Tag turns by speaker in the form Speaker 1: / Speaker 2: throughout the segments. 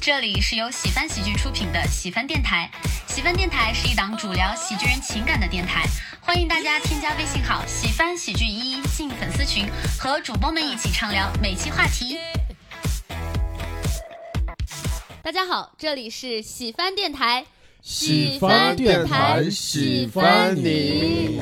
Speaker 1: 这里是由喜翻喜剧出品的喜翻电台。喜翻电台是一档主聊喜剧人情感的电台，欢迎大家添加微信号“喜翻喜剧一”进粉丝群，和主播们一起畅聊每期话题。大家好，这里是喜翻电台，
Speaker 2: 喜翻电台，喜翻你。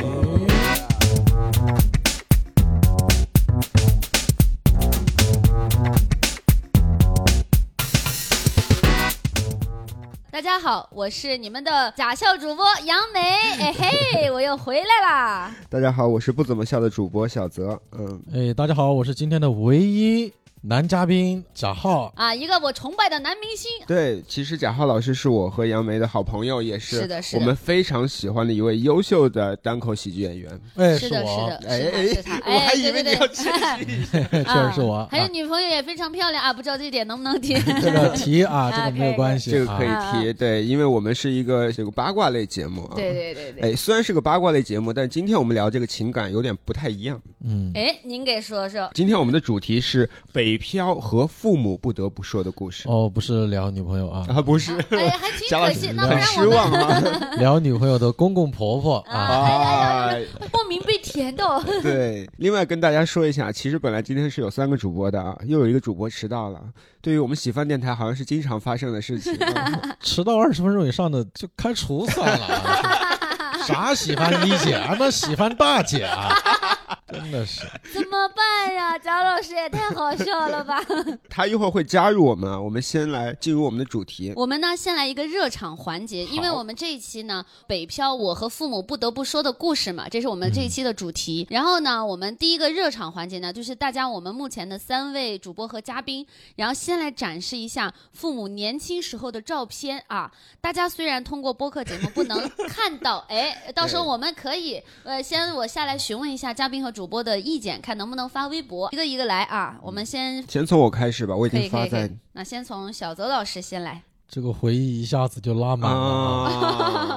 Speaker 1: 大家好，我是你们的假笑主播杨梅，哎嘿，我又回来啦！
Speaker 3: 大家好，我是不怎么笑的主播小泽，嗯，
Speaker 2: 哎，大家好，我是今天的唯一男嘉宾贾浩。
Speaker 1: 啊，一个我崇拜的男明星，
Speaker 3: 对，其实贾浩老师是我和杨梅的好朋友，也
Speaker 1: 是
Speaker 3: 是
Speaker 1: 的，是
Speaker 3: 我
Speaker 1: 的，
Speaker 3: 们非常喜欢的一位优秀的单口喜剧演员。
Speaker 2: 哎，
Speaker 1: 是的，是
Speaker 2: 我，
Speaker 1: 的，
Speaker 3: 哎
Speaker 1: 是他，是他，
Speaker 3: 我还
Speaker 1: 哎，
Speaker 3: 以
Speaker 1: 对
Speaker 3: 为
Speaker 1: 对
Speaker 3: 你
Speaker 1: 对，
Speaker 3: 要质疑。
Speaker 2: 确实是我。
Speaker 1: 啊
Speaker 2: 啊
Speaker 1: 还有女朋友也非常漂亮啊，不知道这一点能不能提？
Speaker 2: 这个题啊，
Speaker 1: 啊
Speaker 2: 这个没
Speaker 1: 可以
Speaker 2: 有关系，
Speaker 3: 这个可
Speaker 2: 啊
Speaker 3: 以提，对，因为我们是一个这个八卦类节目啊。
Speaker 1: 对。对对对。
Speaker 3: 哎，虽然是个八卦类节目，但今天我们聊这个情感有点不太一样。
Speaker 2: 嗯，
Speaker 1: 哎，您给说 说，
Speaker 3: 今天我们的主题是北漂和父母不得不说的故事
Speaker 2: 哦，不是聊女朋友 啊，
Speaker 3: 啊，不是，
Speaker 1: 哎，还挺
Speaker 3: 贾老
Speaker 1: 可
Speaker 3: 师
Speaker 1: 惜，那不
Speaker 3: 很
Speaker 1: 然我
Speaker 3: 失望啊
Speaker 2: 聊女朋友的公公婆婆
Speaker 1: 哎
Speaker 2: 啊。
Speaker 3: 啊！
Speaker 1: 们莫名被哦甜到。
Speaker 3: 对，另外跟大家说一下，其实本来今天是有三个主播的啊，又有一个主播迟到了。对于我们喜饭电台，好像是经常发生的事情。 嗯
Speaker 2: 迟到二十分钟以上的就开除算了啊。 啥喜欢一姐啊？那喜欢大姐啊？ 真的是，
Speaker 1: 怎么办呀？贾老师也太好笑了吧！
Speaker 3: 他一会儿会加入我们啊，我们先来进入我们的主题。
Speaker 1: 我们呢，先来一个热场环节，因为
Speaker 3: 好
Speaker 1: 我们这一期呢，北漂我和父母不得不说的故事嘛，这是我们
Speaker 3: 嗯
Speaker 1: 这一期的主题。然后呢，我们第一个热场环节呢，就是大家我们目前的三位主播和嘉宾，然后先来展示一下父母年轻时候的照片啊。大家虽然通过播客节目不能看 到，哎，到时候我们可以呃，先我下来询问一下嘉宾和主播的意见，看能不能发微博，一个一个来啊。我们先
Speaker 3: 先从我开始吧，我已
Speaker 1: 可以
Speaker 3: 经
Speaker 1: 可
Speaker 3: 嗯发
Speaker 1: 以可
Speaker 3: 在
Speaker 1: 以，那先从小泽老师先来。
Speaker 2: 这个回忆一下子就拉满了啊。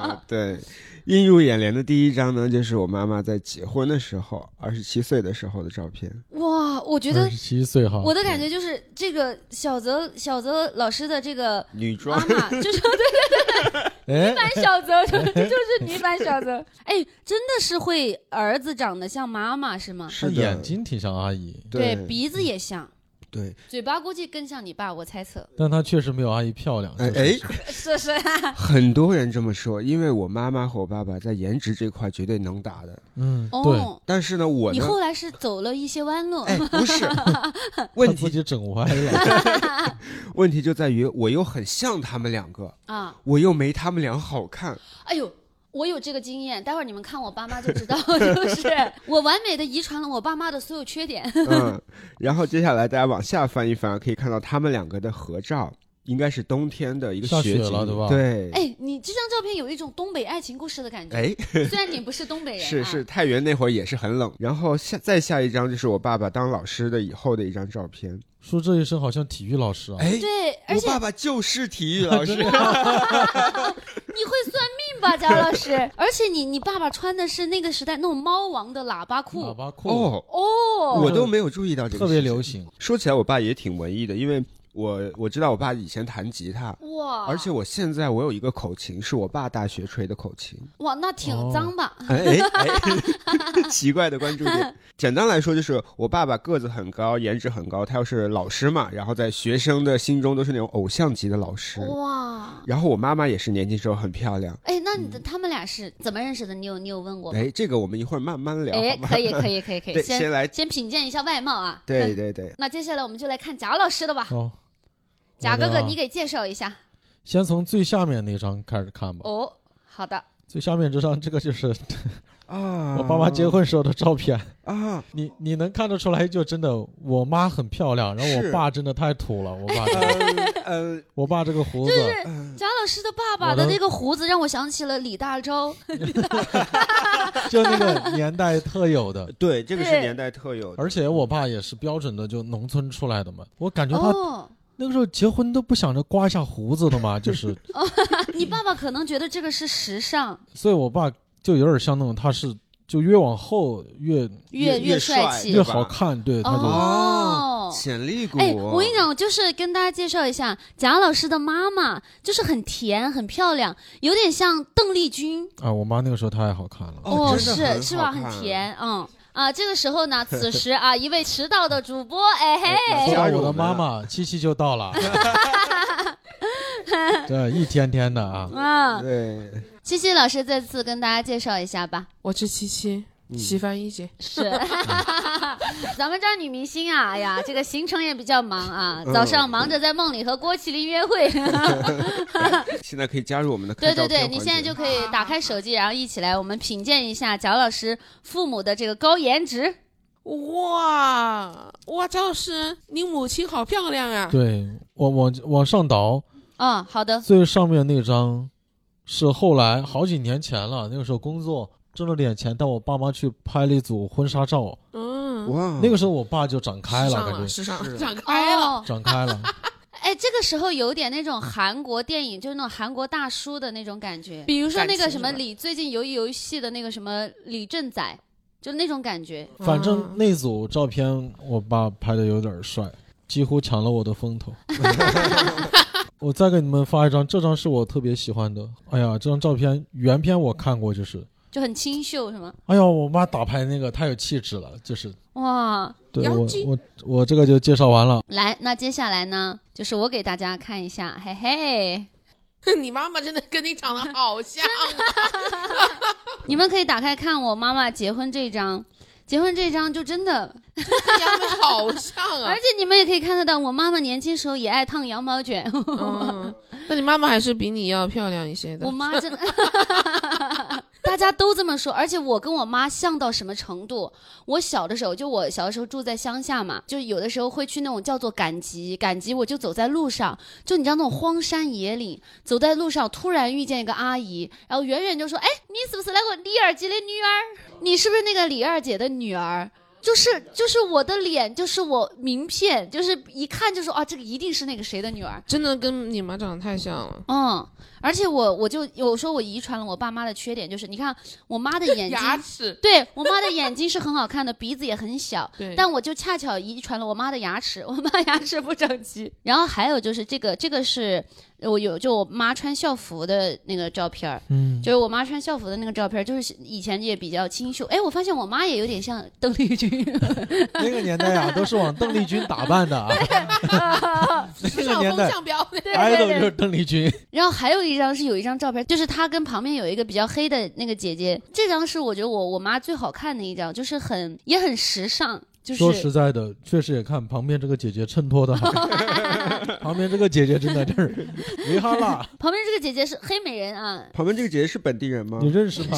Speaker 3: 啊，对，映入眼帘的第一张呢，就是我妈妈在结婚的时候，二十七岁的时候的照片。
Speaker 1: 哇，我觉
Speaker 2: 二
Speaker 1: 得
Speaker 2: 十七岁哈，
Speaker 1: 我的感觉就是这个小泽小泽老师的这 个
Speaker 3: 女
Speaker 1: 妈妈，就是对
Speaker 2: 哎，
Speaker 1: 版小泽，就是就是女版小泽。哎，真的是会儿子长得像妈妈是吗？
Speaker 3: 是
Speaker 2: 她
Speaker 3: 的
Speaker 2: 眼，睛挺像阿姨，
Speaker 3: 对
Speaker 1: 鼻子也像，
Speaker 3: 对，
Speaker 1: 嘴巴估计更像你爸，我猜测。
Speaker 2: 但她确实没有阿姨漂亮。
Speaker 3: 哎
Speaker 2: 就是
Speaker 3: 哎，
Speaker 1: 是是，
Speaker 3: 很多人这么说，因为我妈妈和我爸爸在颜值这块绝对能打的，
Speaker 2: 嗯，对，
Speaker 1: 哦，
Speaker 3: 但是呢，我
Speaker 1: 你
Speaker 3: 呢。
Speaker 1: 后来是走了一些弯路。
Speaker 3: 哎，不是，
Speaker 2: 她
Speaker 3: 问
Speaker 2: 自
Speaker 3: 题哎
Speaker 2: 己整歪了。
Speaker 3: 问题就在于我又很像他们两个，
Speaker 1: 啊，
Speaker 3: 我又没他们俩好 看。
Speaker 1: 哎呦。我有这个经验，待会儿你们看我爸妈就知道，就是我完美的遗传了我爸妈的所有缺点。
Speaker 3: 嗯，然后接下来大家往下翻一翻，可以看到他们两个的合照，应该是冬天的一个
Speaker 2: 下雪
Speaker 3: 景
Speaker 2: 了对吧
Speaker 3: 对，
Speaker 1: 哎，你这张照片有一种东北爱情故事的感觉。
Speaker 3: 哎，
Speaker 1: 虽然你不是东北人、啊，
Speaker 3: 是是，太原那会儿也是很冷。然后下再下一张就是我爸爸当老师的以后的一张照片。
Speaker 2: 说这一声好像体育老师啊，
Speaker 3: 哎，
Speaker 1: 对，而
Speaker 3: 我
Speaker 1: 且
Speaker 3: 爸爸就是体 育老师。
Speaker 2: 啊
Speaker 1: 你会算命吧，贾老师？而且你你爸爸穿的是那个时代那种猫王的喇叭
Speaker 2: 喇
Speaker 1: 裤
Speaker 2: 叭裤
Speaker 3: 哦，
Speaker 1: 哦，
Speaker 3: 我都没有注意到这个，
Speaker 2: 特别流。行。
Speaker 3: 说起来，我爸也挺文艺的，因为我我知道我爸以前弹吉他，
Speaker 1: 哇，
Speaker 3: 而且我现在我有一个口琴，是我爸大学吹的口 琴。
Speaker 1: 哇，那挺脏吧？
Speaker 3: 哎哎 哎，奇怪的关注点。简单来说，就是我爸爸个子很高，颜值很高，他又是老师嘛，然后在学生的心中都是那种偶像级的老师。
Speaker 1: 哦哇，
Speaker 3: 然后我妈妈也是年轻时候很漂亮。
Speaker 1: 哎，那你的
Speaker 3: 嗯
Speaker 1: 他们俩是怎么认识的？你有你有问过吗？
Speaker 3: 哎，这个我们一会儿慢慢聊，
Speaker 1: 哎
Speaker 3: 好，吗？
Speaker 1: 可以 可以可以可以，
Speaker 3: 对，先来，
Speaker 1: 先品鉴一下外貌啊。
Speaker 3: 对
Speaker 1: 嗯。
Speaker 3: 对对，
Speaker 1: 那接下来我们就来看贾老师的吧，
Speaker 2: 哦，
Speaker 1: 贾哥
Speaker 2: 我
Speaker 1: 哥，
Speaker 2: 的啊
Speaker 1: 你给介绍一下。
Speaker 2: 先从最下面那张开始看吧。
Speaker 1: 哦，好的，
Speaker 2: 最下面这张，这个就是
Speaker 3: 啊，
Speaker 2: 我爸妈结婚时候的照片。
Speaker 3: 啊，
Speaker 2: 你你能看得出来，就真的我妈很漂亮，然后
Speaker 3: 是
Speaker 2: 我爸真的太土了。我爸 真的，
Speaker 3: 呃，
Speaker 2: 我爸这个胡子，
Speaker 3: 嗯
Speaker 1: 贾老师的爸爸
Speaker 2: 我
Speaker 1: 的
Speaker 2: 的
Speaker 1: 那个胡子让我想起了李大钊。
Speaker 2: 就那个年代特有 的。
Speaker 3: 对，这个是
Speaker 1: 对
Speaker 3: 年代特有的，
Speaker 2: 而且我爸也是标准的，就农村出来的嘛。我感觉他
Speaker 1: 哦，
Speaker 2: 那个时候结婚都不想着刮一下胡子的 嘛，就是，
Speaker 1: 你爸爸可能觉得这个是时尚，
Speaker 2: 所以我爸就有点像那种，他是就越往后越
Speaker 1: 越
Speaker 3: 越
Speaker 1: 帅
Speaker 3: 帅
Speaker 1: 气
Speaker 4: 哦
Speaker 2: 越好看，对，他就
Speaker 3: 哦潜力股。
Speaker 1: 哎，我跟你讲，就是跟大家介绍一下，贾老师的妈妈就是很甜、很漂亮，有点像邓丽君
Speaker 2: 啊，我妈那个时候太好看了。
Speaker 3: 哦真的
Speaker 1: 是
Speaker 3: 很
Speaker 1: 是吧？
Speaker 3: 好看
Speaker 1: 很甜，嗯啊。这个时候呢，此时啊，一位迟到的主播，哎
Speaker 2: 说
Speaker 3: 哎
Speaker 1: 嘿，
Speaker 2: 到我的妈妈，七七就到 了。这一天天的啊，
Speaker 1: 啊，
Speaker 3: 对，
Speaker 1: 七七老师再次跟大家介绍一下吧。
Speaker 4: 我是七七，
Speaker 2: 嗯
Speaker 4: 喜欢一姐。
Speaker 1: 是，咱们这儿女明星啊，哎呀，这个行程也比较忙啊，
Speaker 3: 嗯
Speaker 1: 早上忙着在梦里和郭麒麟约会。
Speaker 3: 现在可以加入我们的
Speaker 1: 对对
Speaker 3: 看照片
Speaker 1: 对，
Speaker 3: 环
Speaker 1: 你
Speaker 3: 节
Speaker 1: 现在就可以打开手机，然后一起来我们品鉴一下贾老师父母的这个高颜值。
Speaker 4: 哇哇，张老师，你母亲好漂亮啊！
Speaker 2: 对我往往上倒，
Speaker 1: 嗯，好的，
Speaker 2: 最上面那张是后来好几年前了，那个时候工作挣了点钱，带我爸妈去拍了一组婚纱照。
Speaker 4: 嗯，
Speaker 3: 哇，
Speaker 2: 那个时候我爸就长开了，
Speaker 4: 时尚
Speaker 2: 感
Speaker 4: 了，
Speaker 2: 觉
Speaker 4: 时尚
Speaker 3: 是
Speaker 4: 了，长开了。
Speaker 1: 哦，
Speaker 2: 长开了。
Speaker 1: 哎，这个时候有点那种韩国电影，就是那种韩国大叔的那种感觉，比如说那个什么
Speaker 4: 感情是吧
Speaker 1: 李，最近游游戏的那个什么李正宰，就那种感觉。
Speaker 2: 反
Speaker 1: 嗯
Speaker 2: 正那组照片，我爸拍的有点帅，几乎抢了我的风 头。我再给你们发一张，这张是我特别喜欢的。哎呀，这张照片原片我看过，就是，
Speaker 1: 就很清秀，是吗？
Speaker 2: 哎呀，我妈打牌那个太有气质了，就是。
Speaker 1: 哇，
Speaker 2: 对
Speaker 4: 杨
Speaker 2: 我
Speaker 4: 基
Speaker 2: 我我这个就介绍完了。
Speaker 1: 来，那接下来呢，就是我给大家看一下，嘿嘿，
Speaker 4: 你妈妈真的跟你长得 好像啊，
Speaker 1: 你们可以打开看我妈妈结婚这张，结婚这张就真的，
Speaker 4: 跟杨梅好像啊
Speaker 1: 而。且你们也可以看得到，我妈妈年轻时候也爱烫羊毛卷，
Speaker 4: 嗯， 那你妈妈还是比你要漂亮一些的
Speaker 1: 我。妈真的，大家都这么说，而且我跟我妈像到什么程度？我小的时候，就我小的时候住在乡下嘛，就有的时候会去那种叫做赶集，赶集我就走在路上，就你知道那种荒山野岭，走在路上突然遇见一个阿姨，然后远远就说：“哎，你是不是那个李二姐的女儿？你是不是那个李二姐的女儿？”就是就是我的脸，就是我名片，就是一看就说啊，这个一定是那个谁的女儿。
Speaker 4: 真的跟你妈长得太像了，
Speaker 1: 嗯，而且我我就有时候我遗传了我爸妈的缺点，就是你看我妈 的眼睛，
Speaker 4: 牙齿
Speaker 1: 对我妈的眼睛是很好看的，鼻子也很小，
Speaker 4: 对，
Speaker 1: 但我就恰巧遗传了我妈的牙齿，我妈牙齿不整齐。然后还有就是这个，这个是我有就我妈穿校服的那个照片儿，
Speaker 2: 嗯，
Speaker 1: 就是我妈穿校服的那个照片儿，就是以前也比较清秀。哎，我发现我妈也有点像邓丽君，
Speaker 2: 那个年代啊，都是往邓丽君打扮的啊。 啊 那
Speaker 4: 时
Speaker 2: 个
Speaker 4: 尚
Speaker 2: 年
Speaker 4: 风
Speaker 2: 代哎
Speaker 4: 向标那
Speaker 1: 啊对对
Speaker 2: ，idol
Speaker 1: 对
Speaker 2: 就是邓丽君。
Speaker 1: 然后还有一张是有一张照片，就是她跟旁边有一个比较黑的那个姐姐，这张是我觉得我我妈最好看的一张，就是很也很时尚，就
Speaker 2: 说实
Speaker 1: 是
Speaker 2: 在的，确实也看旁边这个姐姐衬托 的好，旁边这个姐姐真的就是维哈拉，
Speaker 1: 旁边这个姐姐是黑美人 啊，
Speaker 3: 旁边这个姐姐是本地人吗
Speaker 2: 你？认识吗？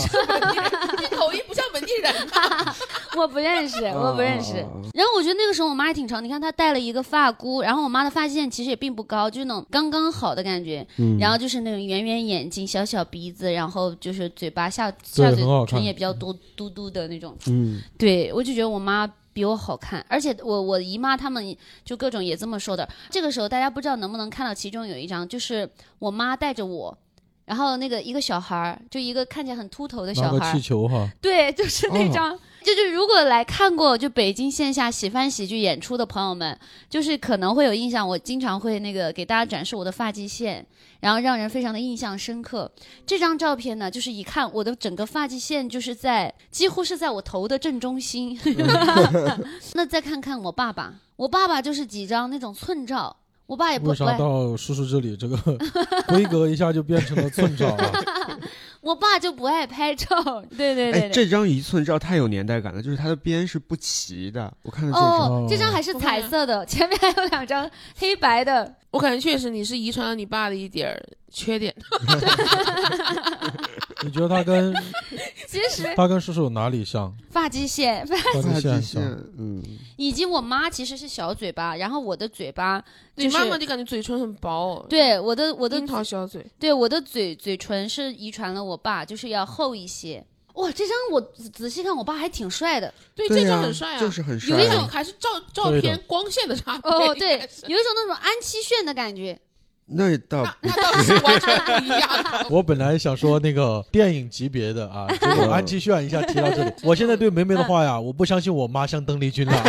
Speaker 4: 这口音不像本地人。啊
Speaker 1: 我不认识，我不认识。
Speaker 3: 啊
Speaker 1: 然后我觉得那个时候我妈也挺潮，你看她戴了一个发箍，然后我妈的发际线其实也并不高，就是那种刚刚好的感觉，
Speaker 3: 嗯
Speaker 1: 然后就是那种圆圆眼睛、小小鼻子，然后就是嘴巴下
Speaker 2: 对
Speaker 1: 下嘴
Speaker 2: 很好看
Speaker 1: 唇也比较多嘟嘟的那种。
Speaker 3: 嗯，
Speaker 1: 对，我就觉得我妈比我好看，而且我我姨妈她们就各种也这么说的。这个时候大家不知道能不能看到其中有一张，就是我妈带着我，然后那个一个小孩儿，就一个看起来很秃头的
Speaker 2: 拿
Speaker 1: 小
Speaker 2: 个
Speaker 1: 孩
Speaker 2: 气
Speaker 1: 儿，
Speaker 2: 球哈，
Speaker 1: 对，就是那
Speaker 2: 哦
Speaker 1: 张。这就如果来看过就北京线下喜翻喜剧演出的朋友们，就是可能会有印象。我经常会那个给大家展示我的发际线，然后让人非常的印象深刻。这张照片呢，就是一看我的整个发际线就是在几乎是在我头的正中心。 那再看看我爸爸，我爸爸就是几张那种寸照，我爸也哎不
Speaker 2: 为
Speaker 1: 不
Speaker 2: 啥
Speaker 1: 爱，
Speaker 2: 到叔叔这里这个规格一下就变成了寸照了？
Speaker 1: 我爸就不爱拍照。 对对对
Speaker 3: 哎，
Speaker 1: 对。
Speaker 3: 这张一寸照太有年代感了，就是它的边是不齐的，我看到这张。
Speaker 1: 哦，这张还是
Speaker 4: 不会
Speaker 1: 彩
Speaker 4: 啊
Speaker 1: 色的，前面还有两张黑白的，
Speaker 4: 我感觉确实你是遗传了你爸的一点儿缺点，
Speaker 2: 你觉得他跟
Speaker 1: 其实
Speaker 2: 他跟叔叔有哪 里像？
Speaker 1: 发际线发
Speaker 2: 发际线像。，
Speaker 3: 嗯，
Speaker 1: 以及我妈其实是小嘴巴，然后我的嘴巴
Speaker 4: 你
Speaker 1: 就是
Speaker 4: 妈妈就感觉嘴唇很薄、哦，，
Speaker 1: 对我的我的
Speaker 4: 樱桃小嘴，
Speaker 1: 对我的嘴嘴唇是遗传了我爸，就是要厚一些。哇，这张我仔仔细看，我爸还挺帅的。
Speaker 4: 对，
Speaker 3: 对
Speaker 4: 这
Speaker 3: 呀
Speaker 4: 就很帅啊，
Speaker 3: 就是很帅
Speaker 4: 有
Speaker 3: 啊。
Speaker 4: 一种还是照照
Speaker 2: 对的
Speaker 4: 片光线的差别。
Speaker 1: 哦， 对，有一
Speaker 4: 应该
Speaker 1: 种
Speaker 4: 是
Speaker 1: 那种安七炫的感觉。
Speaker 3: 那倒
Speaker 1: 啊
Speaker 4: 那那倒是完全不一样的。
Speaker 2: 我本来想说那个电影级别的啊，结果安七炫一下提到
Speaker 1: 嗯
Speaker 2: 这里。我现在对梅梅的话呀，我不相信我妈像邓丽君了。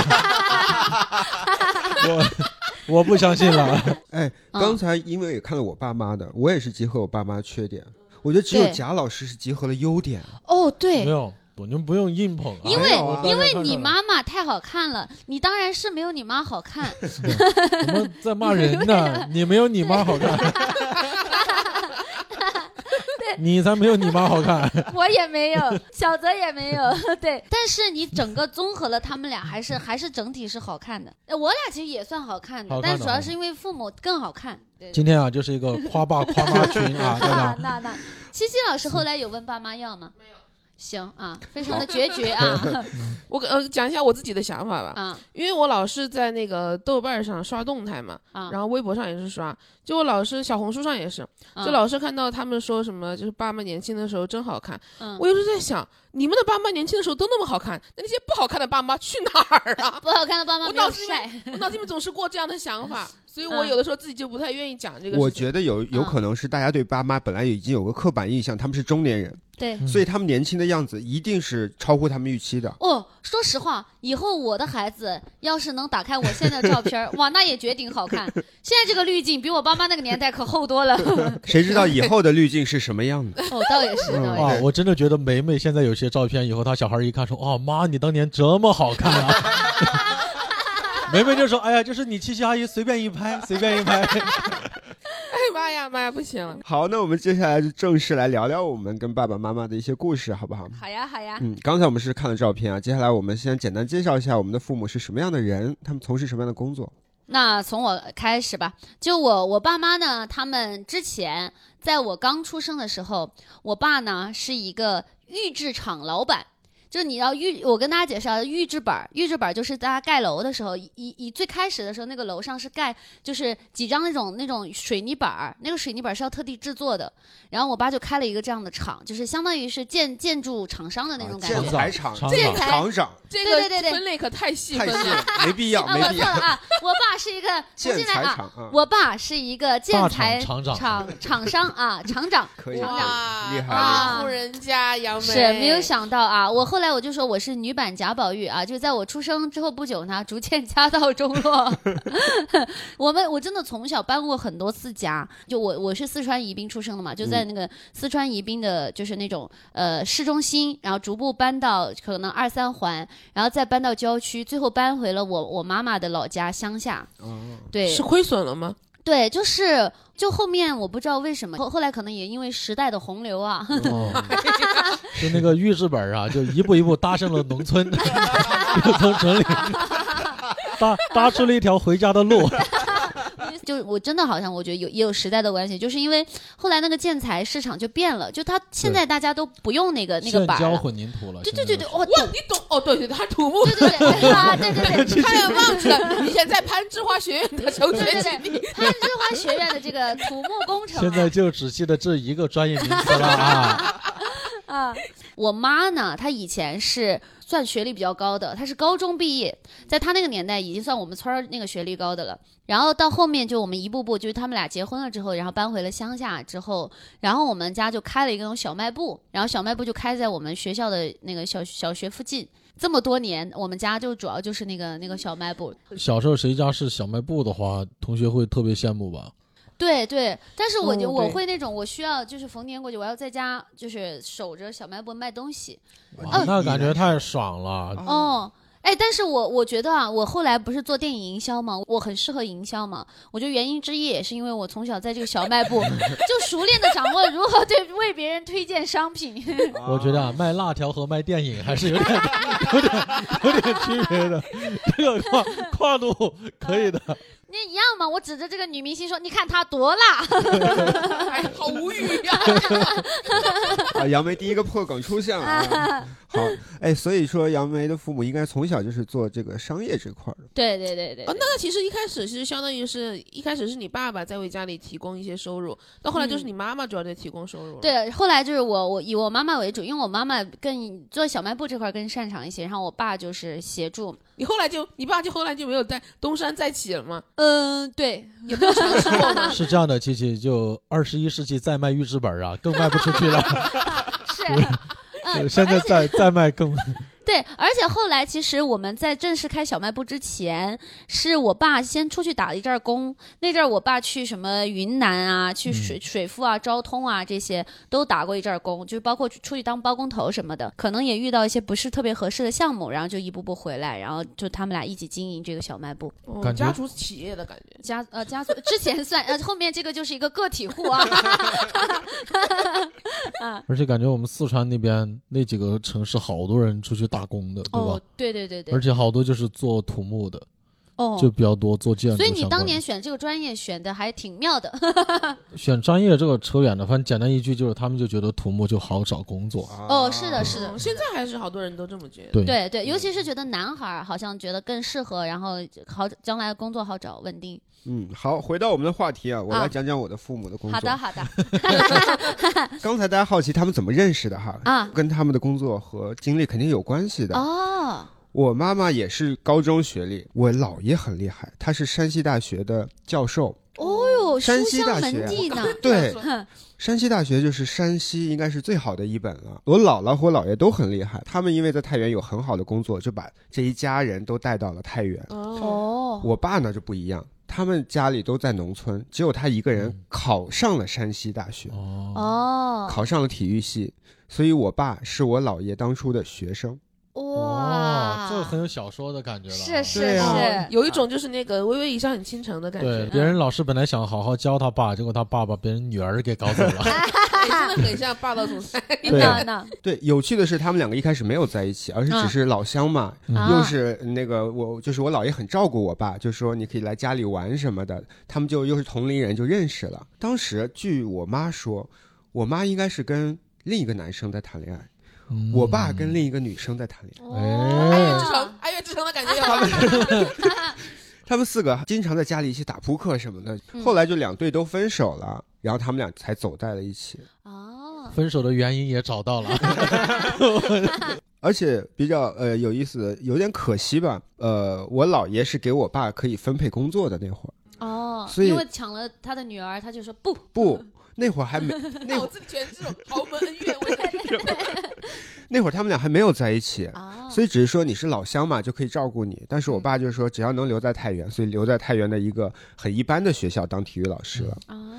Speaker 2: 我不相信了。
Speaker 3: 哎，
Speaker 1: 嗯
Speaker 3: 刚才因为也看了我爸妈的，我也是集合我爸妈缺点。我觉得只有
Speaker 1: 对
Speaker 3: 贾老师是集合了优点，
Speaker 1: 哦，对
Speaker 2: 没，有，我们不用硬捧了。
Speaker 1: 因为
Speaker 3: 没有啊
Speaker 1: 因为你妈妈太好看了，你当然是没有你妈好看。
Speaker 2: 我们在骂人 呢，你没有你妈好看，你才没有你妈好看。
Speaker 1: 我也没 有，小泽也没有，对。但是你整个综合了他们俩，还是还是整体是好看的。呃我俩其实也算好看的，
Speaker 2: 好看
Speaker 1: 但
Speaker 2: 的
Speaker 1: 主要是因为父母更好 看。对
Speaker 2: 今天啊，就是一个夸爸夸妈群 啊，大
Speaker 1: 啊
Speaker 2: 家，
Speaker 1: 那那，七七老师后来有问爸妈要吗？没有。行啊，非常的决绝 啊
Speaker 4: 我呃讲一下我自己的想法吧，
Speaker 1: 啊
Speaker 4: 因为我老是在那个豆瓣上刷动态嘛，
Speaker 1: 啊！
Speaker 4: 然后微博上也是刷，就我老是小红书上也是，
Speaker 1: 啊
Speaker 4: 就老是看到他们说什么就是爸妈年轻的时候真好看，
Speaker 1: 嗯
Speaker 4: 我有时候在想，你们的爸妈年轻的时候都那么好看，那那些不好看的爸妈去哪儿啊？
Speaker 1: 不好看的爸妈
Speaker 4: 我
Speaker 1: 没有
Speaker 4: 脑子里
Speaker 1: 晒
Speaker 4: 面，我脑子里面总是过这样的想法，所以我
Speaker 1: 嗯
Speaker 4: 有的时候自己就不太愿意讲这个事情。
Speaker 3: 我觉得有有可能是大家对爸妈本来已经有个刻板印象，他们是中年人，
Speaker 1: 对。
Speaker 2: 嗯
Speaker 3: 所以他们年轻的样子一定是超乎他们预期的。
Speaker 1: 哦，说实话，以后我的孩子要是能打开我现在的照片 儿，哇，那也绝顶好看。现在这个滤镜比我爸妈那个年代可厚多了。
Speaker 3: 谁知道以后的滤镜是什么样的？
Speaker 1: 哦，倒也是，
Speaker 3: 嗯
Speaker 1: 倒也
Speaker 3: 哇
Speaker 1: 是。
Speaker 2: 啊，我真的觉得梅梅现在有些照片，以后她小孩一看说：“哦，妈，你当年这么好看 啊！”梅梅就说：“哎呀，这是你七七阿姨随便一拍，随便一拍。
Speaker 4: 哎妈呀妈呀，不行了，
Speaker 3: 好，那我们接下来就正式来聊聊我们跟爸爸妈妈的一些故事，好不好？
Speaker 1: 好呀，好呀。
Speaker 3: 嗯，刚才我们是看了照片啊，接下来我们先简单介绍一下我们的父母是什么样的人，他们从事什么样的工作。
Speaker 1: 那从我开始吧，就我我爸妈呢，他们之前在我刚出生的时候，我爸呢是一个预制厂老板。就你要预，我跟大家解释啊，预制板儿，预制板儿就是大家盖楼的时候，一一一最开始的时候，那个楼上是盖就是几张那种那种水泥板儿，那个水泥板儿是要特地制作的。然后我爸就开了一个这样的厂，就是相当于是建建筑厂商的那种感觉。
Speaker 3: 啊建材厂
Speaker 2: 厂
Speaker 1: 建材
Speaker 3: 厂长
Speaker 4: 这
Speaker 1: 对对对
Speaker 4: 个
Speaker 1: 对
Speaker 4: 分类可太细
Speaker 3: 太
Speaker 4: 分
Speaker 3: 细
Speaker 4: 了。
Speaker 3: 了，没必要，
Speaker 1: 啊，
Speaker 3: 没
Speaker 1: 我
Speaker 3: 必
Speaker 1: 错
Speaker 3: 要。
Speaker 1: 了啊，我爸是一个，
Speaker 3: 建
Speaker 1: 我进来
Speaker 3: 材
Speaker 1: 啊，
Speaker 3: 厂啊，
Speaker 1: 我爸是一个建材
Speaker 2: 大厂厂长
Speaker 1: 厂厂商 啊，厂长。
Speaker 3: 可以，
Speaker 1: 厂
Speaker 4: 哇，
Speaker 3: 厉害
Speaker 1: 啊
Speaker 4: 大户人家杨梅
Speaker 1: 是没有想到啊！我后来我就说我是女版贾宝玉啊，就在我出生之后不久呢，逐渐家道中 落。 我们我真的从小搬过很多次家，就我我是四川宜宾出生的
Speaker 2: 嗯
Speaker 1: 嘛，就在那个四川宜宾的，就是那种呃市中心，然后逐步搬到可能二三环，然后再搬到郊区，最后搬回了我我妈妈的老家乡下。
Speaker 3: 哦
Speaker 1: 对，
Speaker 4: 是亏损了吗？
Speaker 1: 对，就是就后面我不知道为什么，后后来可能也因为时代的洪流啊，”
Speaker 2: 嗯就那个预制本啊，就一步一步搭上了农村，就从城里搭搭出了一条回家的路。
Speaker 1: 就我真的好像我觉得有也有时代的关系，就是因为后来那个建材市场就变了，就它现在大家都不用那 个那个
Speaker 2: 现
Speaker 1: 板儿
Speaker 2: 浇
Speaker 1: 了，
Speaker 2: 混凝土了。
Speaker 1: 对对对
Speaker 2: 现在
Speaker 1: 对，
Speaker 2: 都
Speaker 1: 哦，
Speaker 4: 哇，你懂哦？对对，对他土木
Speaker 1: 对对对啊，对对对。
Speaker 4: 差点忘记了，以前在攀枝花学院的求
Speaker 1: 对
Speaker 4: 学
Speaker 1: 对
Speaker 4: 基
Speaker 1: 对，攀枝花学院的这个土木工程、啊，
Speaker 2: 现在就只记得这一个专业名词了 啊！
Speaker 1: 啊，我妈呢，她以前是算学历比较高的，她是高中毕业，在她那个年代已经算我们村儿那个学历高的了。然后到后面就我们一步步，就是他们俩结婚了之后，然后搬回了乡下之后，然后我们家就开了一个那种小卖部，然后小卖部就开在我们学校的那个小小学附近。这么多年，我们家就主要就是那个那个小卖部，
Speaker 2: 小时候谁家是小卖部的话，同学会特别羡慕吧？
Speaker 1: 对对，但是我就、
Speaker 4: 嗯
Speaker 1: 我
Speaker 4: 对
Speaker 1: 会那种，我需要就是逢年过节我要在家就是守着小卖部卖东西，
Speaker 2: 哇，哦那感觉太爽了！
Speaker 4: 嗯
Speaker 3: 哦，
Speaker 1: 哦，哎，但是我我觉得啊，我后来不是做电影营销嘛，我很适合营销嘛。我觉得原因之一也是因为我从小在这个小卖部 就熟练的掌握如何对为别人推荐商品。
Speaker 2: 我觉得啊，卖辣条和卖电影还是有点、 有点、有点区别的，这个跨跨度可以的。？
Speaker 1: 嗯那一样嘛，我指着这个女明星说：“你看她多辣
Speaker 4: 地，哎，好无语 呀、
Speaker 3: 啊，杨梅第一个破梗出现 了啊。好，哎，所以说杨梅的父母应该从小就是做这个商业这块儿的。！”
Speaker 1: 对对对对
Speaker 4: 哦，那那其实一开始是相当于是一开始是你爸爸在为家里提供一些收入，到后来就是
Speaker 1: 嗯
Speaker 4: 你妈妈主要在提供收入了。，
Speaker 1: 对，后来就是我我以我妈妈为主，因为我妈妈更做小卖部这块儿更擅长一些，然后我爸就是协助。
Speaker 4: 你后来就你爸就后来就没有在东山再起了吗？
Speaker 1: 嗯， 对，
Speaker 4: 有没有尝试过吗
Speaker 2: 是这样的，琪琪，就二十一世纪再卖预制本啊，更卖不出去了。
Speaker 1: 是。 嗯
Speaker 2: 现在再再卖更
Speaker 1: 对，而且且后来其实我们在正式开小卖部之前，是我爸先出去打了一阵儿工。那阵儿我爸去什么云南啊，去
Speaker 2: 嗯
Speaker 1: 水、水库啊、昭通啊这些都打过一阵儿工，就包括去出去当包工头什么的，可能也遇到一些不是特别合适的项目，然后就一步步回来，然后就他们俩一起经营这个小卖部。
Speaker 4: 哦
Speaker 2: 感觉
Speaker 4: 家族企业的感觉。
Speaker 1: 家呃家族 之前算呃后面这个就是一个个体户啊，
Speaker 2: 而且感觉我们四川那边那几个城市好多人出去打工的，对吧？
Speaker 1: 哦对对对对
Speaker 2: 而，且好多就是做土木的，
Speaker 1: 哦，
Speaker 2: 就比较多做建筑
Speaker 1: 所以
Speaker 2: 相
Speaker 1: 你
Speaker 2: 关的。
Speaker 1: 当年选这个专业选的还挺妙的，
Speaker 2: 啊选专业这个扯远了，反正简单一句就是，他们就觉得土木就好找工作。
Speaker 1: 哦是的是的
Speaker 4: 嗯现在还是好多人都这么觉得。
Speaker 2: 对
Speaker 1: 对对，
Speaker 3: 嗯
Speaker 1: 尤其是觉得男孩儿好像觉得更适合，然后好将来工作好找稳定。
Speaker 3: 嗯，好，回到我们的话题啊，我
Speaker 1: 啊
Speaker 3: 来讲讲我的父母的工作。
Speaker 1: 好的好的
Speaker 3: 刚才大家好奇他们怎么认识的哈，
Speaker 1: 啊
Speaker 3: 跟他们的工作和经历肯定有关系的。
Speaker 1: 哦
Speaker 3: 我妈妈也是高中学历，我姥爷很厉害，他是山西大学的教授。
Speaker 1: 哦哟，
Speaker 3: 山
Speaker 1: 书
Speaker 3: 西大
Speaker 1: 香
Speaker 3: 学啊
Speaker 1: 门第呢，
Speaker 3: 对，
Speaker 1: 哼
Speaker 3: 山西大学就是山西应该是最好的一本了。我姥姥和我姥爷都很厉害，他们因为在太原有很好的工作，就把这一家人都带到了太原。
Speaker 4: 哦，
Speaker 1: 哦
Speaker 3: 我爸呢就不一样，他们家里都在农村，只有他一个人
Speaker 1: 嗯
Speaker 3: 考上了山西大学，
Speaker 2: 哦，
Speaker 1: 哦
Speaker 3: 考上了体育系，所以我爸是我姥爷当初的学生。
Speaker 1: 哇，
Speaker 2: 这个很有小说的感觉了。
Speaker 1: 是是
Speaker 3: 对
Speaker 1: 是
Speaker 3: 啊。
Speaker 4: 有一种就是那个微微一笑很倾城的感
Speaker 2: 对
Speaker 4: 觉，，
Speaker 2: 别
Speaker 1: 嗯
Speaker 2: 人老师本来想好好教他爸，结果他爸把别人女儿给搞走 了。
Speaker 4: 哎真的很像霸道总裁。
Speaker 3: 对
Speaker 1: 那那
Speaker 3: 对，有趣的是他们两个一开始没有在一起，而是只是老乡嘛，
Speaker 1: 嗯啊
Speaker 3: 又是那个我就是我姥爷很照顾我爸，就说你可以来家里玩什么的，他们就又是同龄人就认识了。当时据我妈说，我妈应该是跟另一个男生在谈恋爱，
Speaker 2: 嗯
Speaker 3: 我爸跟另一个女生在谈恋
Speaker 1: 哦
Speaker 3: 爱。
Speaker 2: 哎
Speaker 4: 爱乐之城，爱乐之城的感觉有
Speaker 3: 嗯他
Speaker 4: 吗。
Speaker 3: 们他们四个经常在家里一起打扑克什么的，
Speaker 1: 嗯
Speaker 3: 后来就两队都分手了，然后他们俩才走在了一起。
Speaker 1: 哦
Speaker 2: 分手的原因也找到了。
Speaker 3: 而且比较呃有意思，有点可惜吧。呃，我姥爷是给我爸可以分配工作的那会儿，
Speaker 1: 哦，
Speaker 3: 所以
Speaker 1: 因为抢了他的女儿，他就说不，
Speaker 3: 不，那会儿还没那
Speaker 4: 脑
Speaker 3: 会儿
Speaker 4: 子里全是这种豪门恩怨，我也
Speaker 3: 那会儿他们俩还没有在一起，
Speaker 1: 哦
Speaker 3: 所以只是说你是老乡嘛，就可以照顾你。但是我爸就说，只要能留在太原，所以留在太原的一个很一般的学校当体育老师了。
Speaker 1: 哦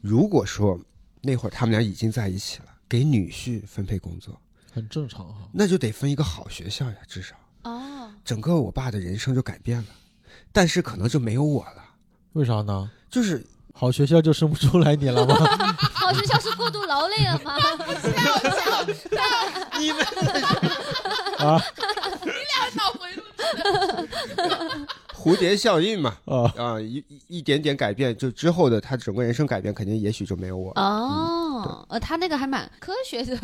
Speaker 3: 如果说那会儿他们俩已经在一起了，给女婿分配工作。
Speaker 2: 很正常哈、
Speaker 3: 那就得分一个好学校呀，至少
Speaker 1: 哦
Speaker 3: 整个我爸的人生就改变了，但是可能就没有我了，
Speaker 2: 为啥呢？
Speaker 3: 就是
Speaker 2: 好学校就生不出来你了吗？
Speaker 1: 好哦学校是过度劳累了 吗？
Speaker 3: 嗯你们
Speaker 4: 脑 回路。
Speaker 3: 蝴蝶效应嘛，
Speaker 2: 啊，
Speaker 3: 啊、一一一点点改变，就之后的他整个人生改变，肯定也许就没有我了。
Speaker 1: 哦，呃，他那个还蛮科学的，